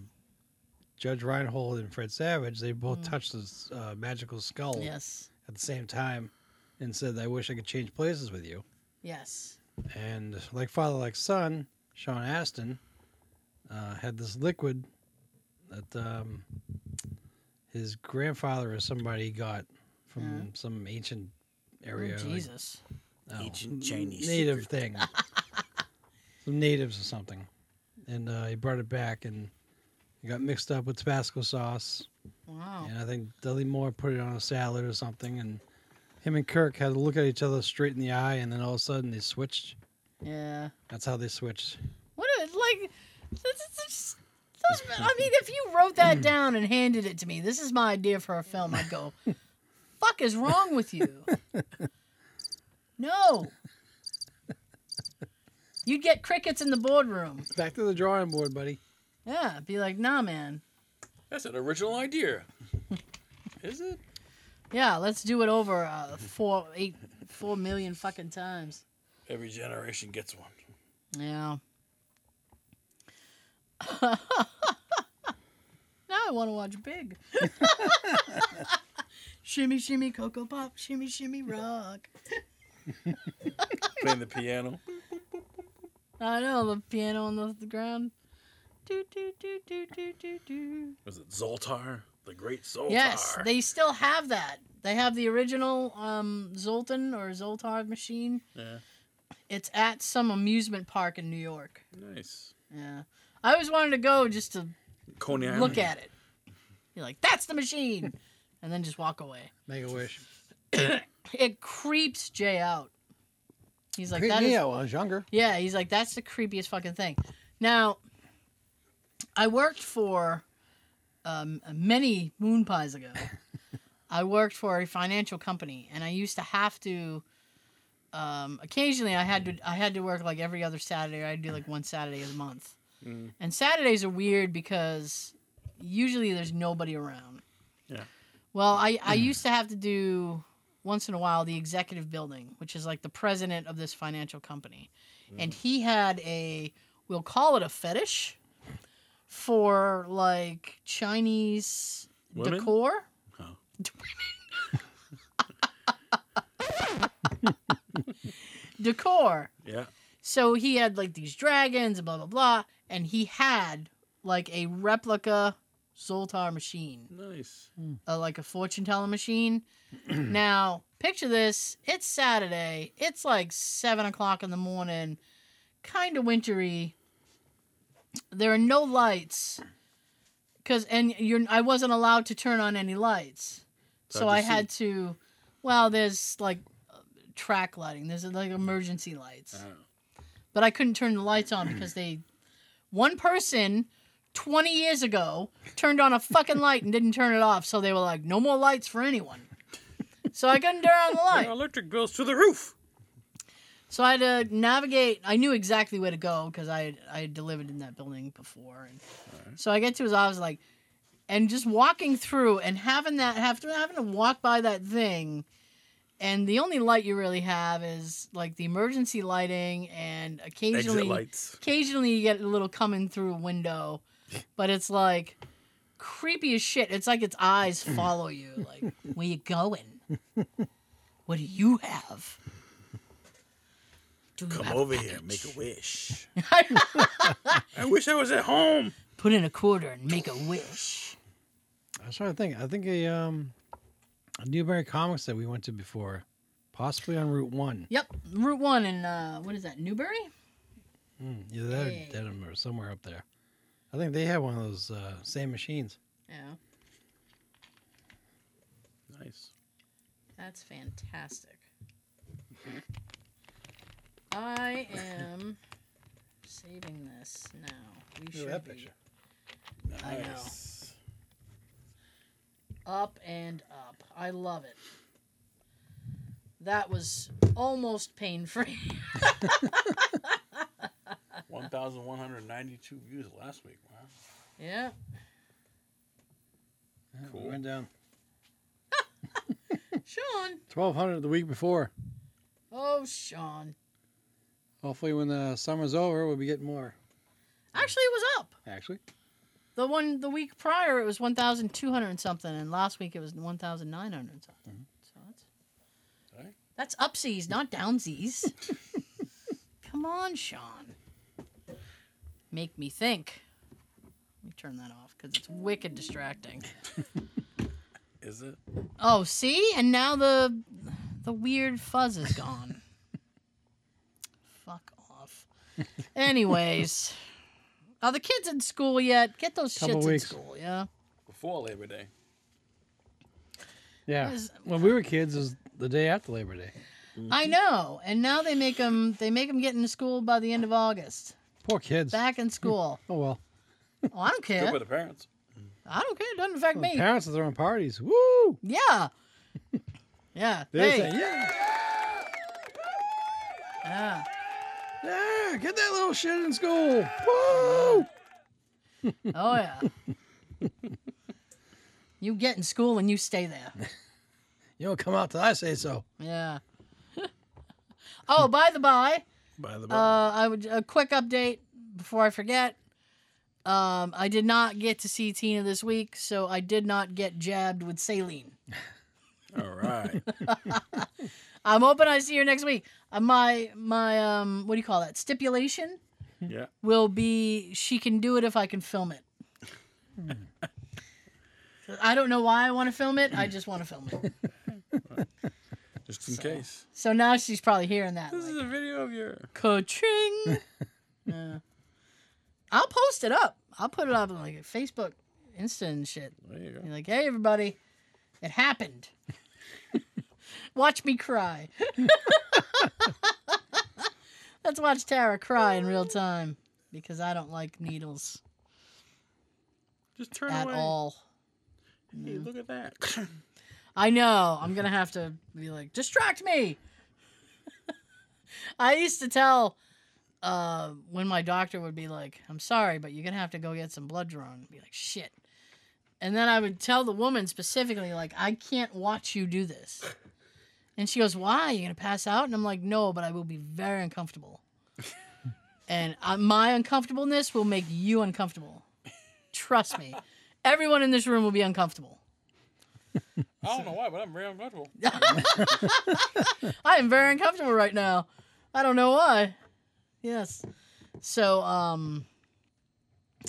S2: Judge Reinhold and Fred Savage, they both touched this uh, magical skull
S5: Yes.
S2: at the same time, and said, "I wish I could change places with you."
S5: Yes.
S2: And like father, like son, Sean Astin uh, had this liquid that um, his grandfather or somebody got from
S5: Yeah.
S2: some ancient
S5: Oh,
S2: area, like
S5: Jesus.
S2: Oh,
S1: Ancient Chinese
S2: native thing, some natives or something, and uh, he brought it back and it got mixed up with Tabasco sauce,
S5: Wow.
S2: And I think Dudley Moore put it on a salad or something, and him and Kirk had to look at each other straight in the eye, and then all of a sudden they switched.
S5: Yeah.
S2: That's how they switched.
S5: What a, like, this is just- those- I mean, if you wrote that down and handed it to me, this is my idea for a film, I'd go, fuck is wrong with you? No. You'd get crickets in the boardroom.
S2: Back to the drawing board, buddy.
S5: Yeah, be like, nah, man.
S1: That's an original idea. Is it?
S5: Yeah, let's do it over uh, four, eight, four million fucking times.
S1: Every generation gets one.
S5: Yeah. now I want to watch Big. shimmy, shimmy, Cocoa Pop, shimmy, shimmy, rock.
S1: Playing the piano.
S5: I know the piano on the, the ground. Do, do, do, do, do, do, do.
S1: Was it Zoltar? The Great Zoltar.
S5: Yes, they still have that. They have the original um, Zoltan or Zoltar machine.
S1: Yeah.
S5: It's at some amusement park in New York.
S1: Nice.
S5: Yeah. I always wanted to go just to
S1: Coney Island.
S5: look at it. You're like, that's the machine. And then just walk away.
S2: Make a wish.
S5: It creeps Jay out. He's like,
S2: Creeped
S5: that
S2: me
S5: is.
S2: out when I was younger.
S5: Yeah, he's like, that's the creepiest fucking thing. Now, I worked for um, many moon pies ago. I worked for a financial company, and I used to have to. Um, occasionally, I had to I had to work like every other Saturday. Or I'd do like one Saturday a month,
S1: Mm.
S5: and Saturdays are weird because usually there's nobody around.
S1: Yeah. Mm.
S5: Well, I I used to have to do once in a while the executive building, which is like the president of this financial company,
S1: Mm.
S5: and he had a we'll call it a fetish for like Chinese
S1: Women?
S5: decor.
S1: Oh.
S5: decor.
S1: Yeah.
S5: So he had like these dragons and blah blah blah, and he had like a replica Zoltar machine
S1: Nice.
S5: uh, like a fortune telling machine. now, picture this it's Saturday, it's like seven o'clock in the morning, kind of wintry. There are no lights because, and you're, I wasn't allowed to turn on any lights, so
S1: How'd you
S5: I
S1: see?
S5: had to. Well, there's like uh, track lighting, there's like emergency lights
S1: Oh.
S5: but I couldn't turn the lights on because they one person 20 years ago turned on a fucking light and didn't turn it off, so they were like, no more lights for anyone. So I couldn't turn on the
S1: Our
S5: light.
S1: electric bills to the roof.
S5: So I had to navigate. I knew exactly where to go because I I had delivered in that building before, and so I get to his office like, and just walking through and having that after having to walk by that thing, and the only light you really have is like the emergency lighting and occasionally
S1: Exit lights.
S5: occasionally you get a little coming through a window, but it's like creepy as shit. It's like its eyes follow you. Like, where you going? What do you have? Do you
S1: Come
S5: have a
S1: over here. Make
S5: package?
S1: a wish. I wish I was at home.
S5: Put in a quarter and make a wish.
S2: I was trying to think. I think a um, a Newberry Comics that we went to before, possibly on Route One.
S5: Yep, Route One and uh, what is that? Newbury?
S2: Mm, either that
S5: Yeah.
S2: or Dedham or somewhere up there. I think they had one of those uh, same machines.
S5: Yeah,
S1: Nice.
S5: that's fantastic. I am saving this now. We should be I know.
S1: Nice.
S5: up and up. I love it. That was almost pain free.
S1: 1,192 views last week. Wow.
S5: yeah.
S2: Yeah, we
S1: Cool.
S2: went down
S5: Sean.
S2: twelve hundred the week before.
S5: Oh, Sean.
S2: Hopefully, when the summer's over, we'll be getting more.
S5: Actually, it was up.
S2: Actually,
S5: The one the week prior, it was 1,200 and something, and last week it was 1,900 and something. So that's.
S1: Alright.
S5: That's upsies, not downsies. Come on, Sean. Make me think. Let me turn that off because it's wicked distracting.
S1: Is it?
S5: Oh, see? And now the the weird fuzz is gone. Fuck off. Anyways, are the kids in school yet? Get those
S2: Couple
S5: shits
S2: weeks.
S5: in school, yeah?
S1: before Labor Day.
S2: Yeah.
S5: Is-
S2: When we were kids, it was the day after Labor Day. Mm-hmm.
S5: I know. And now they make them they make them get into school by the end of August.
S2: Poor kids.
S5: Back in school.
S2: oh well.
S5: Oh, I don't
S1: Good
S5: care.
S1: by the parents.
S5: I don't care. It doesn't affect
S2: Well,
S5: me.
S2: parents are throwing parties. Woo!
S5: Yeah. Yeah.
S2: They
S5: Hey.
S2: say, yeah,
S5: Yeah.
S2: yeah, get that little shit in school.
S5: Oh
S2: Woo!
S5: yeah. you get in school and you stay there.
S2: You don't come out till I say so.
S5: Yeah. oh, by the by,
S1: By the
S5: uh, I would a quick update before I forget. Um, I did not get to see Tina this week, so I did not get jabbed with saline.
S1: All right.
S5: I'm hoping I see her next week. Uh, my my um, what do you call that? Stipulation
S1: Yeah.
S5: will be she can do it if I can film it. I don't know why I want to film it. I just want to film it.
S1: Just in case.
S5: So now she's probably hearing that.
S1: This is
S5: Like,
S1: a video of your.
S5: Ka-ching. yeah. I'll post it up. I'll put it up on like Facebook, Insta, and shit.
S1: There you go.
S5: Be like, hey, everybody, it happened. watch me cry. Let's watch Tara cry in real time because I don't like needles
S1: Just turn
S5: at
S1: away.
S5: all. Mm.
S1: Hey, look at that.
S5: I know. I'm gonna have to be like, distract me. I used to tell uh, when my doctor would be like, "I'm sorry, but you're gonna have to go get some blood drawn." I'd be like, "Shit," and then I would tell the woman specifically, like, "I can't watch you do this," and she goes, "Why? You're gonna pass out?" And I'm like, "No, but I will be very uncomfortable, and uh, my uncomfortableness will make you uncomfortable. Trust me, everyone in this room will be uncomfortable."
S1: I don't know why, but I'm very uncomfortable.
S5: I am very uncomfortable right now. I don't know why. Yes. So um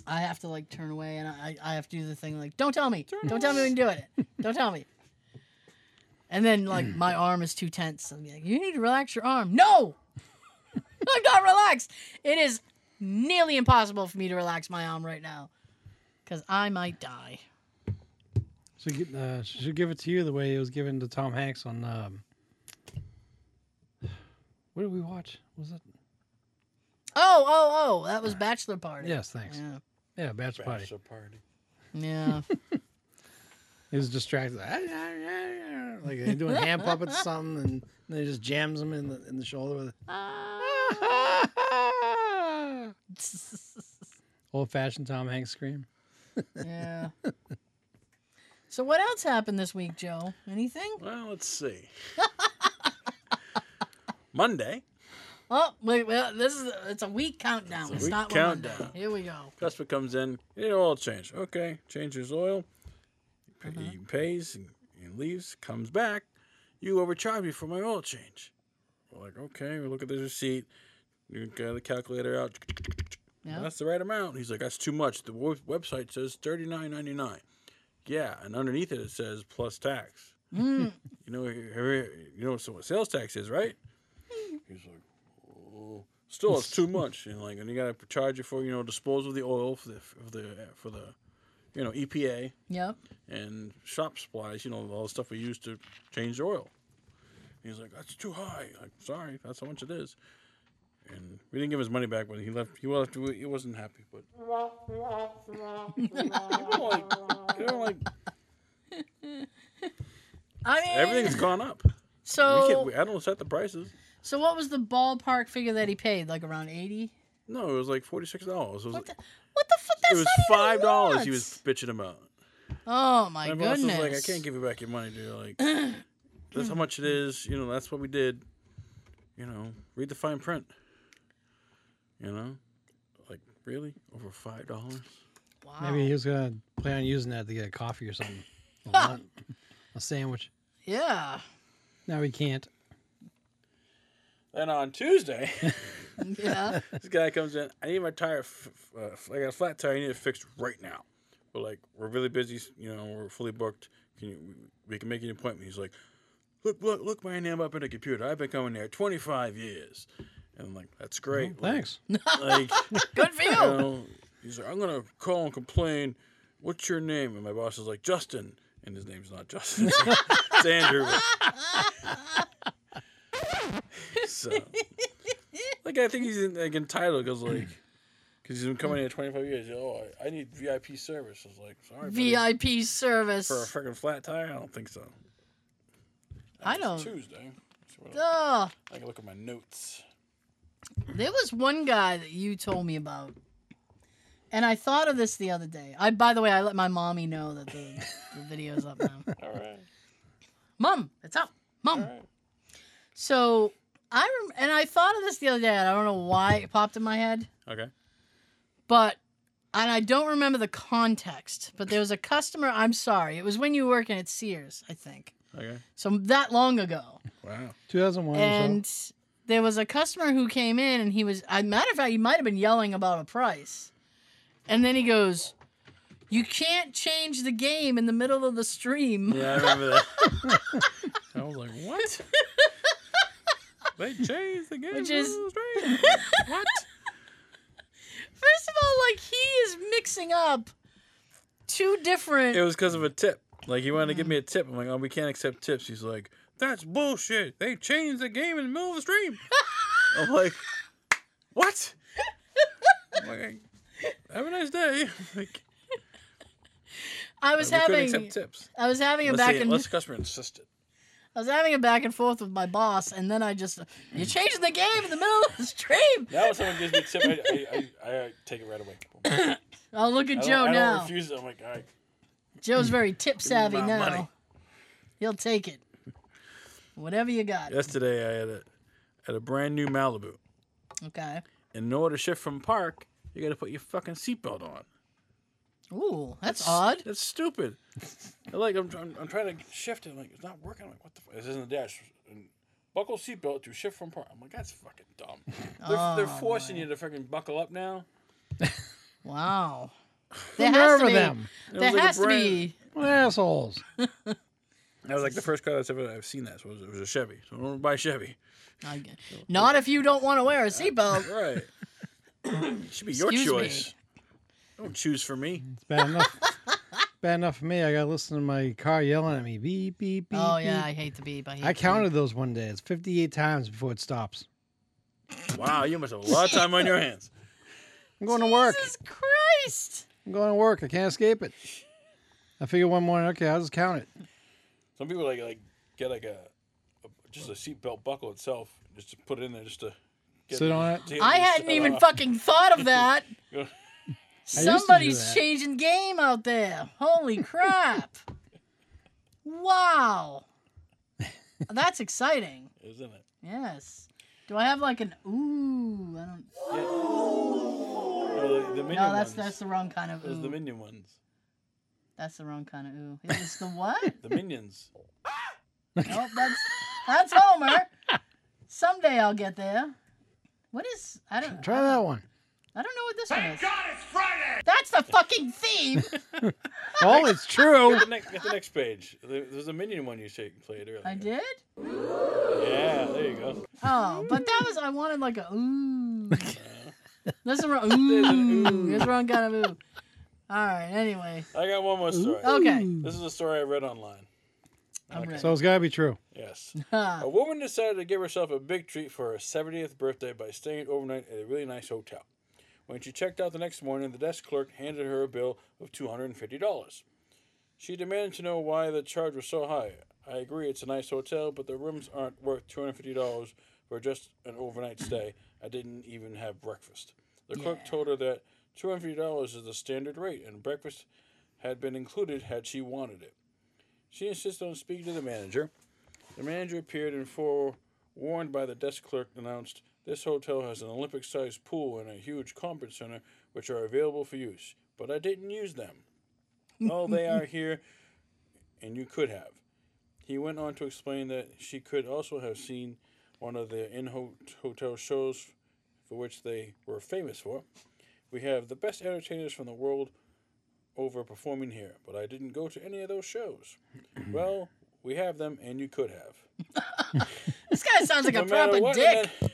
S5: I have to like turn away and I, I have to do the thing like don't tell me. don't tell me when you do it. Don't tell me. And then like my arm is too tense. I'm like, you need to relax your arm. No! I'm not relaxed. It is nearly impossible for me to relax my arm right now. Cause I might die.
S2: She gi- uh, she should give it to you the way it was given to Tom Hanks on. Um, what did we watch? Was it?
S5: Oh, oh, oh, that was Bachelor Party.
S2: Yes, thanks.
S5: Yeah.
S2: Yeah, bachelor party.
S1: Bachelor party.
S5: Yeah.
S2: He was distracted. Ah, Like they're doing hand puppets or something, and they just jams him in the in the shoulder with. Old fashioned Tom Hanks scream.
S5: yeah. So what else happened this week, Joe? Anything?
S1: Well, let's see. Monday,
S5: Oh, wait, well, this is it's a week countdown. It's,
S1: week
S5: not
S1: countdown.
S5: Monday. Here we go.
S1: customer comes in. You need oil change. Okay, changes oil. He pays and, and leaves. Comes back. You overcharged me for my oil change. We're like, okay. We look at this receipt. You got the calculator out.
S5: Yeah.
S1: That's the right amount. He's like, that's too much. The wo- website says thirty nine ninety nine. Yeah, and underneath it it says plus tax.
S5: Mm.
S1: You know, you know, so what sales tax is, right? He's like, oh, still, it's too much. And like, and you gotta charge it for, you know, dispose of the oil for the for the for the, you know, EPA
S5: Yep.
S1: and shop supplies. You know, all the stuff we use to change the oil. He's like, that's too high. Like, sorry, that's how much it is. And we didn't give his money back, but he left. He left. He wasn't happy, but you know, like, you know, like
S5: I mean,
S1: everything's gone up. we can't,
S5: so
S1: we, I don't set the prices.
S5: so what was the ballpark figure that he paid? Like around eighty?
S1: No, it was like forty six dollars. It was,
S5: What the what the fuck? That's
S1: it was
S5: not even
S1: five dollars. He
S5: lots.
S1: was bitching about.
S5: Oh my
S1: My boss
S5: goodness!
S1: was like, "I can't give you back your money, dude. Like, that's how much it is. You know, that's what we did. You know, read the fine print. You know, like really over five dollars.
S5: Wow.
S2: Maybe he was gonna plan on using that to get a coffee or something, a, lunch, a sandwich.
S5: Yeah.
S2: Now he can't.
S1: Then on Tuesday,
S5: Yeah.
S1: this guy comes in. I need my tire. F- f- uh, f- I got a flat tire. I need it fixed right now. But like, we're really busy. You know, we're fully booked. Can you? we- We can make you an appointment. He's like, look, look, look my name up in the computer. I've been coming there 25 years. And I'm like, that's great. Like-
S2: Oh, Thanks.
S1: Like,
S5: Good for
S1: you
S5: you.
S1: know, he's like, I'm gonna call and complain. what's your name? And my boss is like, Justin. And his name's not Justin. It's, it's Andrew. so, like, I think he's like entitled because like, because he's been coming here 25 years. Oh, I, I need VIP service. I was like, sorry, buddy,
S5: VIP service.
S1: for a freaking flat tire. I don't think so.
S5: I
S1: It's
S5: don't.
S1: Tuesday. So what-
S5: Ugh.
S1: I can look at my notes.
S5: There was one guy that you told me about. And I thought of this the other day. I, by the way, I let my mommy know that the, the video's up now.
S1: All right.
S5: Mom, it's up. Mom. So I rem- and I thought of this the other day. And I don't know why it popped in my head,
S1: Okay.
S5: but and I don't remember the context. But there was a customer. I'm sorry, it was when you were working at Sears, I think.
S1: Okay.
S5: So that long ago,
S1: Wow.
S2: 2001. or
S5: and there was a customer who came in, and he was. I matter of fact, he might have been yelling about a price, and then he goes. You can't change the game in the middle of the stream.
S1: Yeah, I remember that. I was like, what? they changed the game.
S5: Which
S1: rules,
S5: is-
S1: right? what?
S5: First of all, like he is mixing up two different.
S1: It was because of a tip. Like he wanted to give me a tip. I'm like, oh, we can't accept tips. He's like, that's bullshit. They changed the game in the middle of the stream. I'm like, what? I'm like, Have a nice day. Like,
S5: I
S1: we
S5: was
S1: couldn't
S5: having
S1: accept tips.
S5: I was having a
S1: Let's
S5: back
S1: see,
S5: and
S1: unless the customer insisted.
S5: I was having a back and forth with my boss, and then I just you changed the game in the middle of the stream.
S1: Now when someone gives me a tip, I, I, I, I take it right away.
S5: Oh, look at
S1: I
S5: Joe
S1: don't, I don't
S5: now.
S1: refuse it. I'm like, all right.
S5: Joe's very tip savvy
S1: my
S5: now.
S1: money.
S5: He'll take it, whatever you got.
S1: Yesterday I had a had a brand new Malibu.
S5: Okay.
S1: In order to shift from park, you gotta put your fucking seatbelt on.
S5: Ooh, that's odd.
S1: That's stupid. I'm like I'm, I'm, I'm trying to shift it. I'm like it's not working. I'm like what the fuck? This isn't the dash. And buckle seatbelt to shift from park. I'm like that's fucking dumb. They're, they're
S5: Oh,
S1: forcing you to fucking buckle up now.
S5: Wow.
S2: so.
S5: There has to be.
S2: Nerve of them.
S1: And it
S5: There
S1: was like a
S5: has to
S1: brand-
S5: be.
S2: What assholes.
S1: That was like the first car that's ever I've seen that. So it was, it was a Chevy. So don't buy a Chevy.
S5: I g- Not if you don't want to wear a seatbelt.
S1: Right. it should be your
S5: Excuse me.
S1: choice. Don't choose for me.
S2: It's bad enough. bad enough for me. I got to listen to my car yelling at me. Beep, beep, beep.
S5: Oh yeah, I
S2: beep.
S5: hate the beep. I, hate
S2: I
S5: the beep.
S2: counted those one day. It's 58 times before it stops.
S1: Wow, you must have a lot of time on your hands.
S2: I'm going to work.
S5: Jesus Christ!
S2: I'm going to work. I can't escape it. I figured one morning, okay, I'll just count it.
S1: Some people like like get like a, a just a seatbelt buckle itself, just to put it in there, just to get
S2: Sit on it?
S1: to get
S5: I hadn't
S1: stuff
S5: even
S1: off.
S5: fucking thought of that.
S1: Yeah.
S2: to do
S5: Somebody's
S2: that.
S5: changing game out there. Holy crap! wow, that's exciting.
S1: Isn't it?
S5: Yes. Do I have like an ooh? I don't.
S1: Well, the, the minion
S5: No, that's
S1: ones.
S5: that's the wrong kind of
S1: Those are the
S5: ooh.
S1: minion ones.
S5: That's the wrong kind of ooh. It's the what?
S1: The minions.
S5: nope, that's that's Homer. Someday I'll get there. What is? I don't.
S2: Try that one.
S5: I don't know what this one is. That's the fucking theme.
S2: Oh, it's true.
S1: Get the next, get the next page. There- There's a minion one you shake, played earlier.
S5: I did.
S1: Yeah, there you go.
S5: Oh, but that was I wanted like a ooh. That's the wrong
S1: an
S5: ooh.
S1: ooh.
S5: That's the wrong kind of ooh. All right. Anyway.
S1: I got one more story.
S5: Okay.
S1: This is a story I read online.
S5: I'm ready.
S2: So it's got to be true.
S1: Yes.
S5: Ha.
S1: A woman decided to give herself a big treat for her 70th birthday by staying overnight at a really nice hotel. When she checked out the next morning, the desk clerk handed her a bill of $250. She demanded to know why the charge was so high. I agree, it's a nice hotel, but the rooms aren't worth $250 for just an overnight stay. I didn't even have breakfast. The clerk told her that $250 is the standard rate, and breakfast had been included had she wanted it. She insisted on speaking to the manager. The manager appeared and forewarned by the desk clerk announced, This hotel has an Olympic sized pool and a huge conference center which are available for use, but I didn't use them. Oh, they are here, and you could have. He went on to explain that she could also have seen one of the in hotel shows for which they were famous for. We have the best entertainers from the world over performing here, but I didn't go to any of those shows. well, we have them, and you could have.
S5: This guy sounds like a
S1: matter
S5: proper
S1: what
S5: dick.
S1: amen-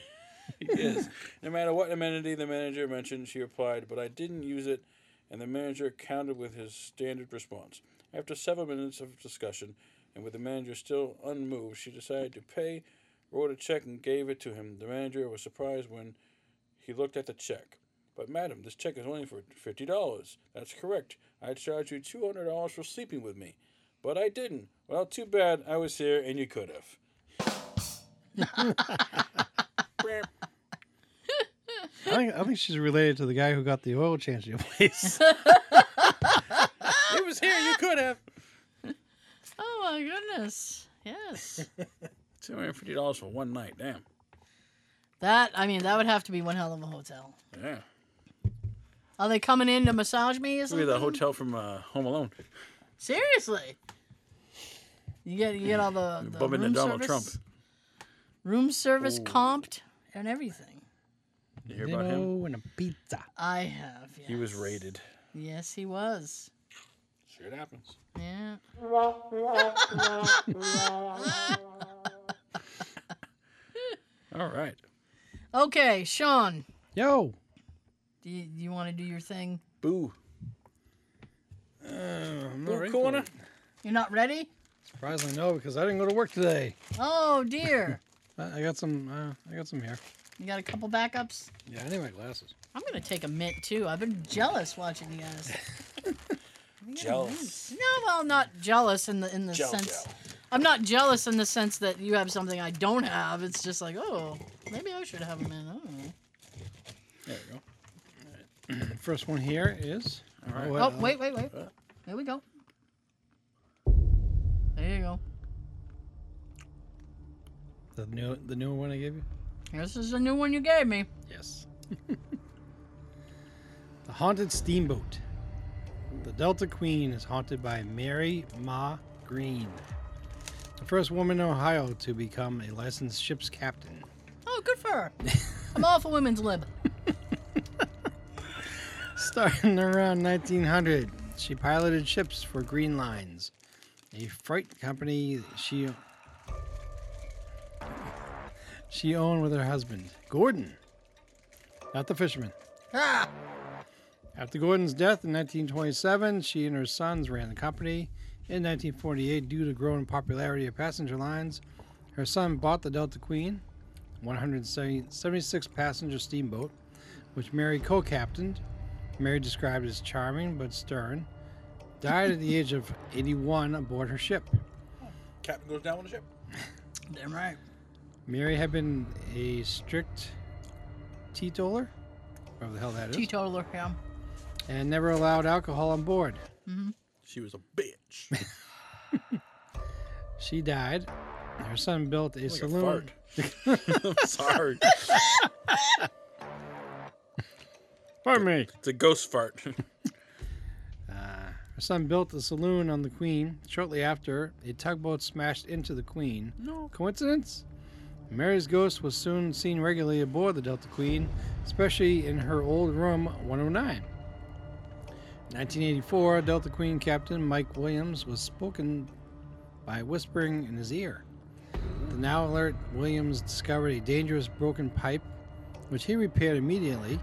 S1: Yes. No matter what amenity the manager mentioned, she replied, but I didn't use it and the manager countered with his standard response. After seven minutes of discussion, and with the manager still unmoved, she decided to pay, wrote a check, and gave it to him. The manager was surprised when he looked at the check. But, madam, this check is only for $50. That's correct. I charged you $200 for sleeping with me. But I didn't. Well, too bad. I was here, and you could have.
S2: I think, I think she's related to the guy who got the oil change in place.
S1: He was here, you could have.
S5: Oh my goodness. Yes.
S1: $250 for one night. Damn.
S5: that I mean that would have to be one hell of a hotel.
S1: Yeah.
S5: Are they coming in to massage me or
S1: Look
S5: something?
S1: at the hotel from uh, Home Alone.
S5: Seriously. You get you get all the, the
S1: Bumping
S5: room
S1: into Donald
S5: service,
S1: Trump.
S5: Room service
S1: Ooh.
S5: comped and everything.
S1: You hear about him?
S2: and a pizza.
S5: I have. Yes.
S1: He was raided.
S5: Yes, he was.
S1: Shit happens.
S5: Yeah.
S1: All right.
S5: Okay, Sean.
S2: Yo,
S5: Do you, do you want to do your thing?
S1: Boo. Uh, Boo corner.
S5: You're not ready?
S2: surprisingly no, because I didn't go to work today.
S5: Oh dear.
S2: I, I got some. Uh, I got some here.
S5: you got a couple backups?
S2: Yeah, I need my glasses.
S5: I'm gonna take a mint too. I've been jealous watching you guys. I'm gonna
S1: Jealous.
S5: mint. No, well, not jealous in the in the
S1: Jell,
S5: sense.
S1: jell.
S5: I'm not jealous in the sense that you have something I don't have. It's just like, oh, maybe I should have a Oh. mint. I don't know.
S1: There you go.
S2: The first one here is. uh,
S1: All right.
S5: oh, wait, wait, wait. There we go. There you go.
S2: The new, the new one I gave you.
S5: This is the new one you gave me.
S2: Yes. the haunted steamboat. The Delta Queen is haunted by Mary Ma Green, the first woman in Ohio to become a licensed ship's captain.
S5: Oh, good for her. I'm all for women's lib.
S2: Starting around 1900, she piloted ships for Green Lines, a freight company she she owned with her husband, Gordon. Not the fisherman.
S5: Ah!
S2: After Gordon's death in 1927, she and her sons ran the company. In 1948, due to growing popularity of passenger lines, her son bought the Delta Queen, 176 passenger steamboat, which Mary co captained. Mary described as charming but stern. Died at the age of 81 aboard her ship.
S1: Captain goes down on the ship.
S5: Damn right.
S2: Mary had been a strict teetotaler, whatever the hell that is,
S5: Teetotaler, yeah.
S2: and never allowed alcohol on board.
S1: She was a bitch.
S2: She died. Her son built a
S1: Like a
S2: saloon.
S1: fart. I'm sorry.
S2: Pardon me.
S1: It's a ghost fart.
S2: Her son built a saloon on the Queen. Shortly after, a tugboat smashed into the Queen.
S1: No.
S2: Coincidence? Mary's ghost was soon seen regularly aboard the Delta Queen, especially in her old room 109. In 1984, Delta Queen captain Mike Williams was spoken by whispering in his ear. The now alert Williams discovered a dangerous broken pipe, which he repaired immediately.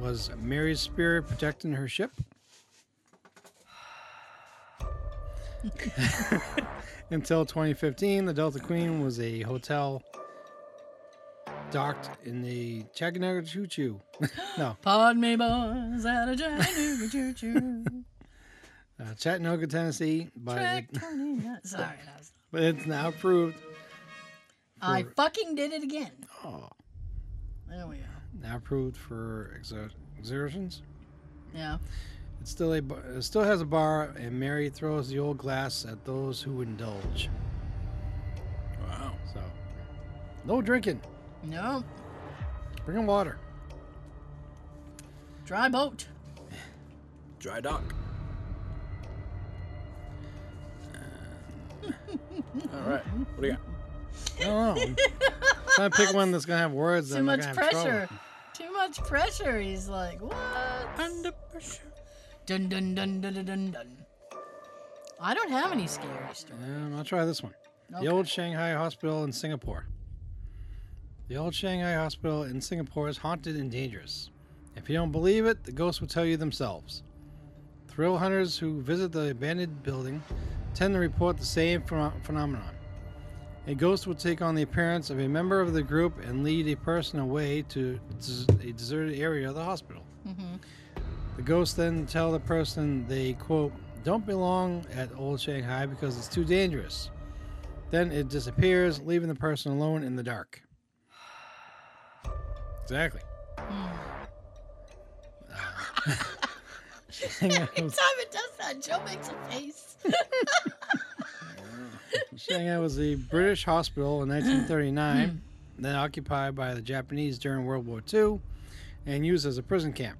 S2: Was Mary's spirit protecting her ship? Until 2015, the Delta Queen was a hotel docked in the Chattanooga Choo Choo. no,
S5: Pardon me, boys, at a Chattanooga choo-choo.
S2: uh, Chattanooga, Tennessee, but,
S5: Track
S2: it,
S5: 29. Sorry, that was-
S2: but it's now approved.
S5: I fucking did it again.
S2: Oh,
S5: There we go.
S2: now approved for exer- exertions.
S5: Yeah.
S2: It still a bar, it still has a bar, and Mary throws the old glass at those who indulge.
S1: Wow.
S2: So, no drinking.
S5: No.
S2: Bring 'em water.
S5: Dry boat.
S1: Dry dock. Uh, All right. What do you got?
S2: I don't know. I'm trying to pick one that's gonna have words. that
S5: Too
S2: I'm not
S5: much
S2: gonna have trouble.
S5: pressure. Too much pressure. He's like, what?
S1: Under pressure.
S5: Dun dun dun dun dun dun dun. I don't have any scary stories.
S2: Um, I'll try this one.
S5: Okay.
S2: The Old Shanghai Hospital in Singapore. The Old Shanghai Hospital in Singapore is haunted and dangerous. If you don't believe it, the ghosts will tell you themselves. Thrill hunters who visit the abandoned building tend to report the same phenom- phenomenon. A ghost will take on the appearance of a member of the group and lead a person away to des- a deserted area of the hospital.
S5: Mhm.
S2: The ghosts then tell the person they, quote, don't belong at Old Shanghai because it's too dangerous. Then it disappears, leaving the person alone in the dark. Exactly.
S5: Every time it does that, Joe makes a face.
S2: Shanghai was a British hospital in 1939, then occupied by the Japanese during World War II and used as a prison camp.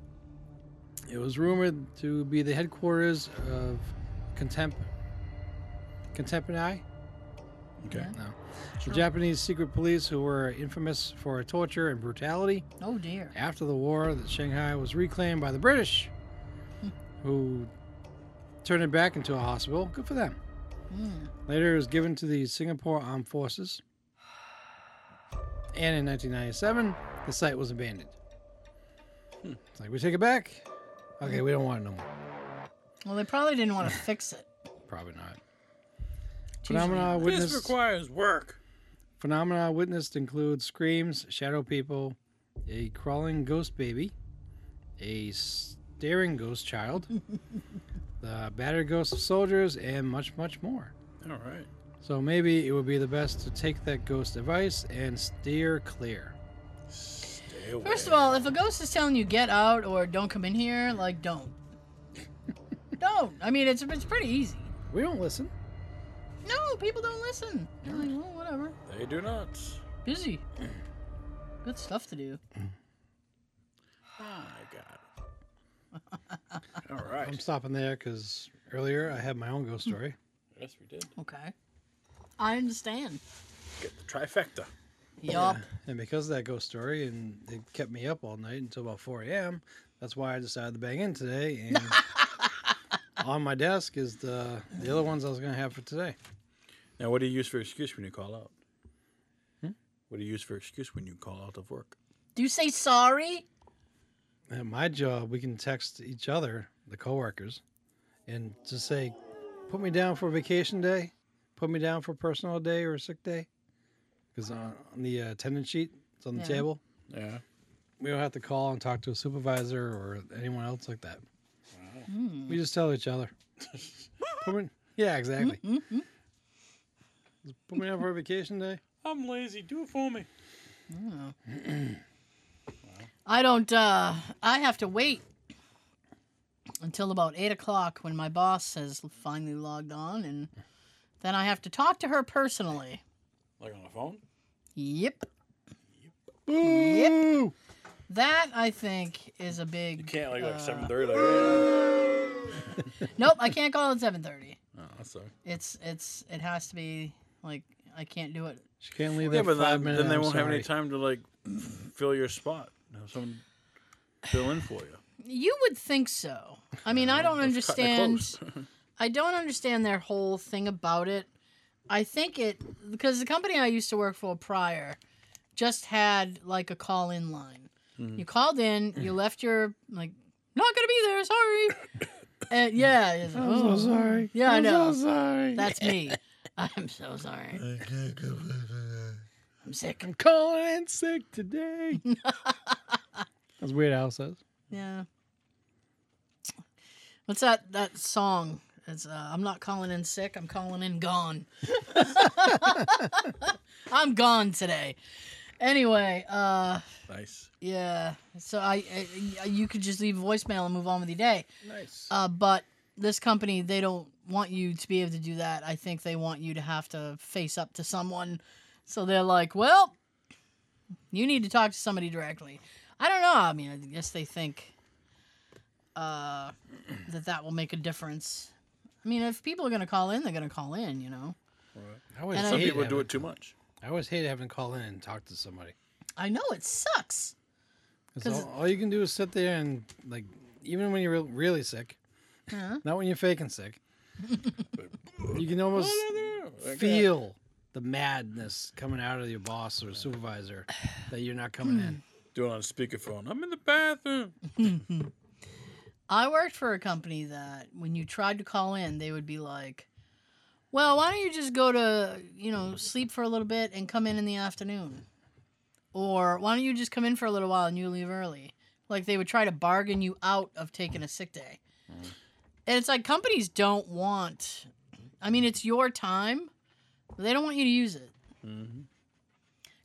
S2: It was rumored to be the headquarters of contempt contemporary
S1: Okay.
S2: the Japanese secret police who were infamous for torture and brutality.
S5: Oh dear.
S2: After the war, that Shanghai was reclaimed by the British, who turned it back into a hospital. Good for them.
S5: Mm.
S2: Later, it was given to the Singapore Armed Forces. And in 1997, the site was abandoned. It's like, we take it back? Okay, we don't want it no more.
S5: Well, they probably didn't want to fix it.
S2: Probably not.
S5: Jeez,
S2: Phenomena
S1: This
S2: witnessed,
S1: requires work.
S2: phenomena witnessed include screams, shadow people, a crawling ghost baby, a staring ghost child, the battered ghost of soldiers, and much, much more.
S1: All right.
S2: So maybe it would be the best to take that ghost advice and steer clear.
S1: Stay away.
S5: First of all, if a ghost is telling you get out or don't come in here, like don't. don't. I mean, it's it's pretty easy.
S2: We don't listen.
S5: No, people don't listen. They're like, well, whatever.
S1: they do not.
S5: Busy. Good stuff to do.
S1: Oh my God. All
S2: I'm
S1: right.
S2: stopping there because earlier I had my own ghost story.
S1: Yes, we did.
S5: Okay. I understand.
S1: Get the trifecta.
S5: Yup.
S2: And because of that ghost story, and it kept me up all night until about 4 a.m., that's why I decided to bang in today. And on my desk is the, the other ones I was going to have for today.
S1: Now, what do you use for excuse when you call out?
S5: Hmm?
S1: What do you use for excuse when you call out of work?
S5: Do you say sorry?
S2: At my job, we can text each other, the coworkers, and just say, put me down for vacation day, put me down for personal day or sick day. Because on, on the uh, attendance sheet, it's on the
S5: Yeah.
S2: table.
S1: Yeah.
S2: We don't have to call and talk to a supervisor or anyone else like that.
S5: Hmm.
S2: We just tell each other. Put me- yeah, exactly.
S5: Mm-hmm.
S2: Put me down for a vacation day.
S1: I'm lazy. Do it for me.
S5: Hmm. I don't. uh I have to wait until about eight o'clock when my boss has finally logged on, and then I have to talk to her personally.
S1: Like on the phone?
S5: Yep.
S2: Boo!
S5: That I think is a big.
S1: You can't like like
S5: uh,
S1: seven thirty. Like, "Yeah."
S5: Nope, I can't call at seven thirty.
S1: oh, that sucks.
S5: It's it's it has to be like I can't do it.
S2: She can't leave
S1: Yeah,
S2: that
S1: but
S2: five
S1: then,
S2: minutes.
S1: then they won't have any time to like fill your spot. Have someone fill in for you.
S5: You would think so. I mean, I don't
S1: That's cutting it
S5: understand.
S1: close.
S5: I don't understand their whole thing about it. I think it because the company I used to work for prior just had like a call in line. You called in, you left your like not gonna be there, sorry. and yeah, it's like,
S2: I'm
S5: "Oh,
S2: so sorry.
S5: Yeah, I
S2: I'm
S5: know.
S2: So sorry.
S5: That's me. I'm so sorry. I'm sick.
S2: I'm calling in sick today. That's weird. Al says.
S5: Yeah. What's that that song? It's uh, I'm not calling in sick. I'm calling in gone. I'm gone today. Anyway, uh,
S1: nice.
S5: yeah. So I, I you could just leave voicemail and move on with your day.
S1: Nice.
S5: Uh, but this company they don't want you to be able to do that. I think they want you to have to face up to someone. So they're like, well, you need to talk to somebody directly. I don't know. I mean, I guess they think uh, that that will make a difference. I mean, if people are going to call in, they're going to call in, you know.
S2: I always
S5: And I-
S1: Some
S2: hate
S1: people
S2: having,
S1: do it too much.
S2: I always hate having to call in and talk to somebody.
S5: I know it sucks.
S2: 'Cause
S5: 'Cause
S2: all, all you can do is sit there and like, even when you're re- really sick,
S1: Uh-huh.
S5: Huh?
S2: not when you're faking sick, you can almost
S1: uh,
S2: feel the madness coming out of your boss or supervisor that you're not coming in.
S1: Do it on speakerphone. I'm in the bathroom.
S5: I worked for a company that when you tried to call in, they would be like, "Well, why don't you just go to you know sleep for a little bit and come in in the afternoon?" Or why don't you just come in for a little while and you leave early? Like they would try to bargain you out of taking a sick day. And it's like companies don't want. I mean, it's your time. But they don't want you to use it.
S1: hmm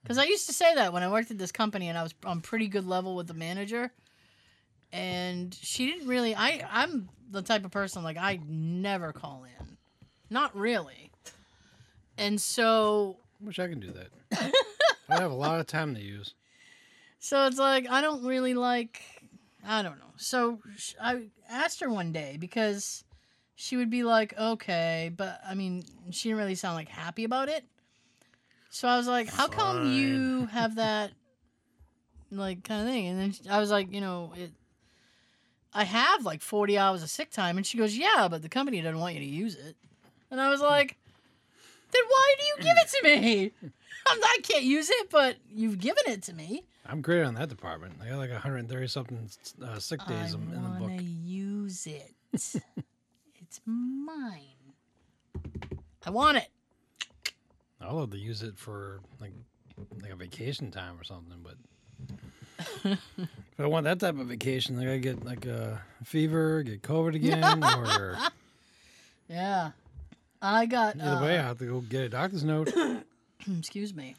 S5: Because I used to say that when I worked at this company and I was on pretty good level with the manager. And she didn't really I I'm the type of person like I never call in. Not really. And so
S2: Wish I can do that. I have a lot of time to use.
S5: so it's like I don't really like I don't know. So sh- I asked her one day because she would be like, "Okay," but I mean, she didn't really sound like happy about it. So I was like, "How come you have that like kind of thing?" And then sh- I was like, "You know, it I have like 40 hours of sick time." And she goes, "Yeah, but the company doesn't want you to use it." And I was like, "Then why do you give it to me?" I'm not, I can't use it, but you've given it to me.
S2: I'm great on that department. I got like 130 something uh, sick days
S5: I
S2: in in the
S5: wanna
S2: book.
S5: use it. it's mine. I want it.
S2: I'll love to use it for like like a vacation time or something, but if I want that type of vacation, like I get like a fever, get COVID again, or
S5: Yeah. I got.
S2: either way, I
S5: uh, hmm,
S2: have to go get a doctor's note. Oh,
S5: Excuse me.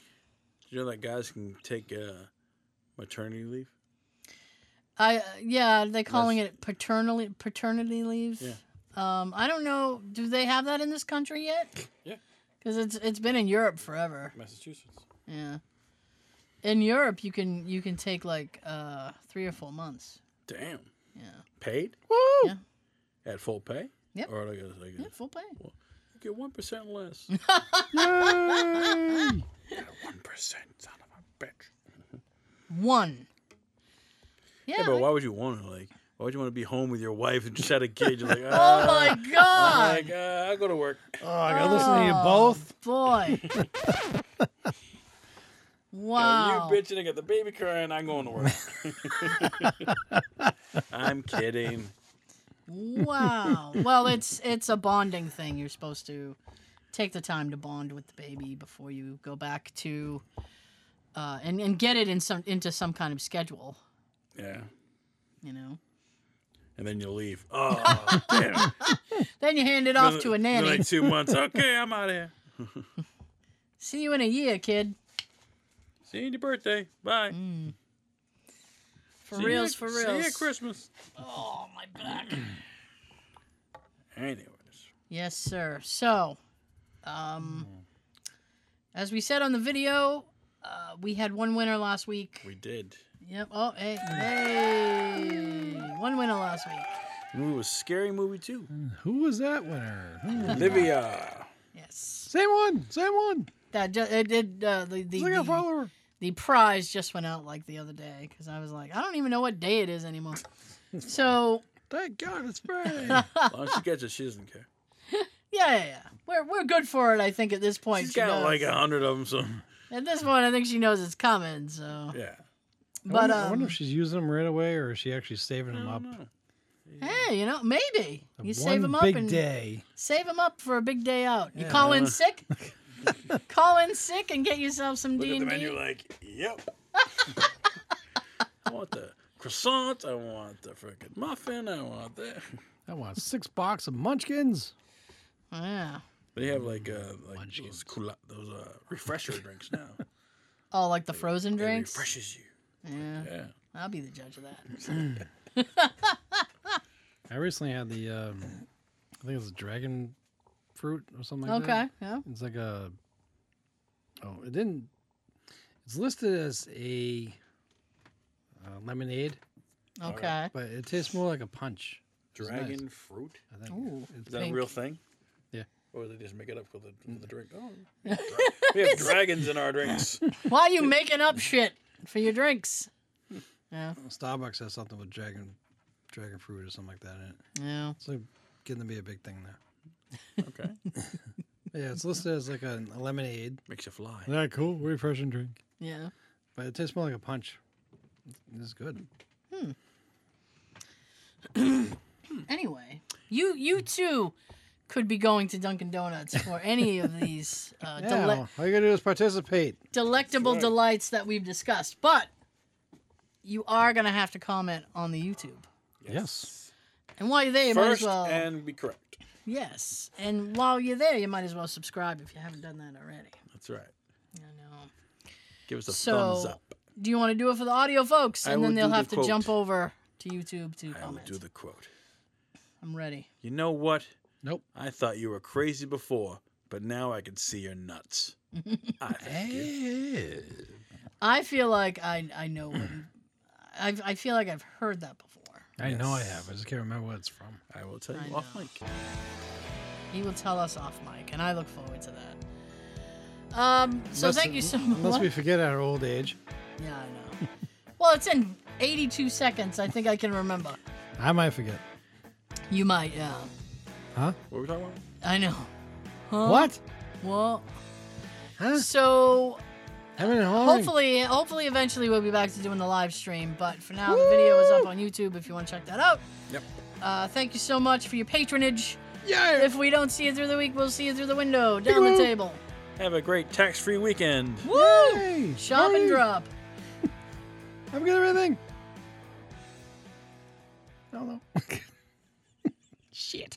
S1: Did you know that guys can take uh, maternity leave?
S5: I uh, yeah. They're calling it paternally paternity leave.
S1: Yeah.
S5: Um, I don't know. Do they have that in this country yet?
S1: Yeah.
S5: Because it's it's been in Europe forever.
S1: Massachusetts.
S5: Yeah. In Europe, you can you can take like uh three or four months.
S1: Damn.
S5: Yeah.
S1: Paid?
S2: Woo!
S5: Yeah.
S1: At full pay?
S5: Yep.
S1: Or like, a, like a,
S5: Yeah, full pay.
S1: get 1% less.
S2: Yay!
S1: 1%, son of a bitch.
S5: One. Yeah.
S1: Yeah, but
S5: I-
S1: why would you want to like? Why would you want to be home with your wife and just had a kid? You're like,
S5: Oh
S1: "Ah."
S5: my
S1: I'm
S5: god.
S1: like, uh, I'll go to work.
S2: Oh, I gotta listen to
S5: Oh,
S2: you both.
S5: Boy. wow.
S1: You bitching, I got the baby crying. I'm going to work. I'm kidding.
S5: Wow. Well, it's it's a bonding thing. You're supposed to take the time to bond with the baby before you go back to uh, and and get it in some into some kind of schedule.
S1: Yeah,
S5: You know.
S1: and then you leave. Oh, damn.
S5: Then you hand it off to a
S1: Been
S5: nanny.
S1: Like two months. Okay, I'm out of here.
S5: See you in a year, kid.
S1: See you on your birthday. Bye.
S5: For
S1: See you
S5: reals,
S1: at-
S5: for
S1: See you
S5: reals.
S1: at Christmas.
S5: Oh my back.
S1: Anyways,
S5: Yes, sir. So, um, as we said on the video, uh, we had one winner last week.
S1: we did.
S5: Yep. Oh, hey, hey, one winner last week.
S1: Movie was scary movie too.
S2: Who was that winner? Hmm.
S1: Olivia.
S5: Yes.
S2: Same one, same one.
S5: That just, it did. Uh, the the,
S2: Look at a
S5: the,
S2: follower.
S5: the prize just went out like the other day because I was like, I don't even know what day it is anymore. So
S2: Thank God it's Friday.
S1: As long as she gets it, she doesn't care.
S5: yeah, yeah, yeah. We're we're good for it. I think at this point.
S1: She's
S5: she
S1: got
S5: knows.
S1: like a hundred of them, so
S5: At this point, I think she knows it's coming. So,
S1: yeah.
S2: I
S5: but
S2: wonder,
S5: um,
S2: I wonder if she's using them right away or is she actually saving them
S1: I
S2: up?
S1: don't know.
S5: Hey, you know, maybe
S2: The
S5: you save
S2: one
S5: them up
S2: big
S5: and
S2: day.
S5: save them up for a big day out. You call in sick, call in sick, and get yourself some
S1: Look
S5: D
S1: at the
S5: and
S1: menu,
S5: D.
S1: like, yep. I want the croissant. I want the freaking muffin. I want that.
S2: I want six box of munchkins.
S5: Yeah.
S1: They have like uh like those,
S2: Munchkins.
S1: cool, those uh refresher drinks now.
S5: Oh, like the frozen
S1: It
S5: drinks.
S1: refreshes you.
S5: Yeah,
S1: Yeah.
S5: I'll be the judge of that.
S2: I recently had the, um, I think it's dragon fruit or something like that.
S5: okay. Yeah.
S2: It's like a, oh, it didn't, it's listed as a uh, lemonade,
S5: Okay.
S2: but it tastes more like a punch. It's nice,
S1: Dragon fruit.
S2: I think.
S5: Ooh.
S1: Is that a real thing?
S2: Yeah.
S1: Or they just make it up for the, for the drink? Oh, we have dra- we have dragons in our drinks.
S5: Why are you making up shit for your drinks? Yeah.
S2: Starbucks has something with dragon, dragon fruit or something like that in it.
S5: Yeah.
S2: It's like getting to be a big thing now.
S1: Okay.
S2: But yeah, it's listed as like a, a lemonade.
S1: Makes you fly.
S2: Yeah, cool, refreshing drink.
S5: Yeah.
S2: But it tastes more like a punch. This is good.
S5: Anyway, you you too could be going to Dunkin' Donuts for any of these uh,
S2: Yeah,
S5: dele-
S2: all you gotta do is participate.
S5: delectable
S3: Sure.
S5: delights that we've discussed. But you are gonna have to comment on the YouTube.
S2: Yes.
S5: And while you're there, you might as
S1: First
S5: well.
S1: and be correct.
S5: yes. And while you're there, you might as well subscribe if you haven't done that already.
S1: That's right.
S5: I know.
S1: Give us a
S5: So,
S1: thumbs up.
S5: Do you want to do it for the audio folks?
S1: I
S5: And
S1: will
S5: then they'll
S1: do the
S5: have to
S1: quote.
S5: jump over to YouTube
S1: I
S5: to
S1: will
S5: comment.
S1: do the quote.
S5: I'm ready.
S1: You know what?
S2: Nope.
S1: I thought you were crazy before, but now I can see your nuts. I thank you.
S5: I feel like I I know what you, I I feel like I've heard that before.
S2: I know I
S1: Yes.
S2: have. I just can't remember what it's from.
S1: I will tell
S5: I
S1: you off
S5: know.
S1: mic.
S5: He will tell us off mic, and I look forward to that. Um. So
S2: Unless-
S5: thank you so
S2: Unless
S5: much.
S2: we forget our old age.
S5: Yeah, I know. well, it's in 82 seconds. I think I can remember.
S2: I might forget.
S5: You might. Yeah.
S2: Huh?
S1: What were we talking about?
S5: I know. Huh?
S2: What?
S5: Well.
S2: Huh?
S5: So
S2: I've been home.
S5: Hopefully, hopefully, eventually we'll be back to doing the live stream. But for now, the video is up on YouTube if you want to check that out.
S1: Yep.
S5: Uh, thank you so much for your patronage.
S2: Yeah.
S5: If we don't see you through the week, we'll see you through the window, down the table.
S1: Have a great tax-free weekend.
S5: Woo!
S2: Hey,
S5: Shop
S2: hey,
S5: and drop.
S2: Have a good everything. I don't know. Shit.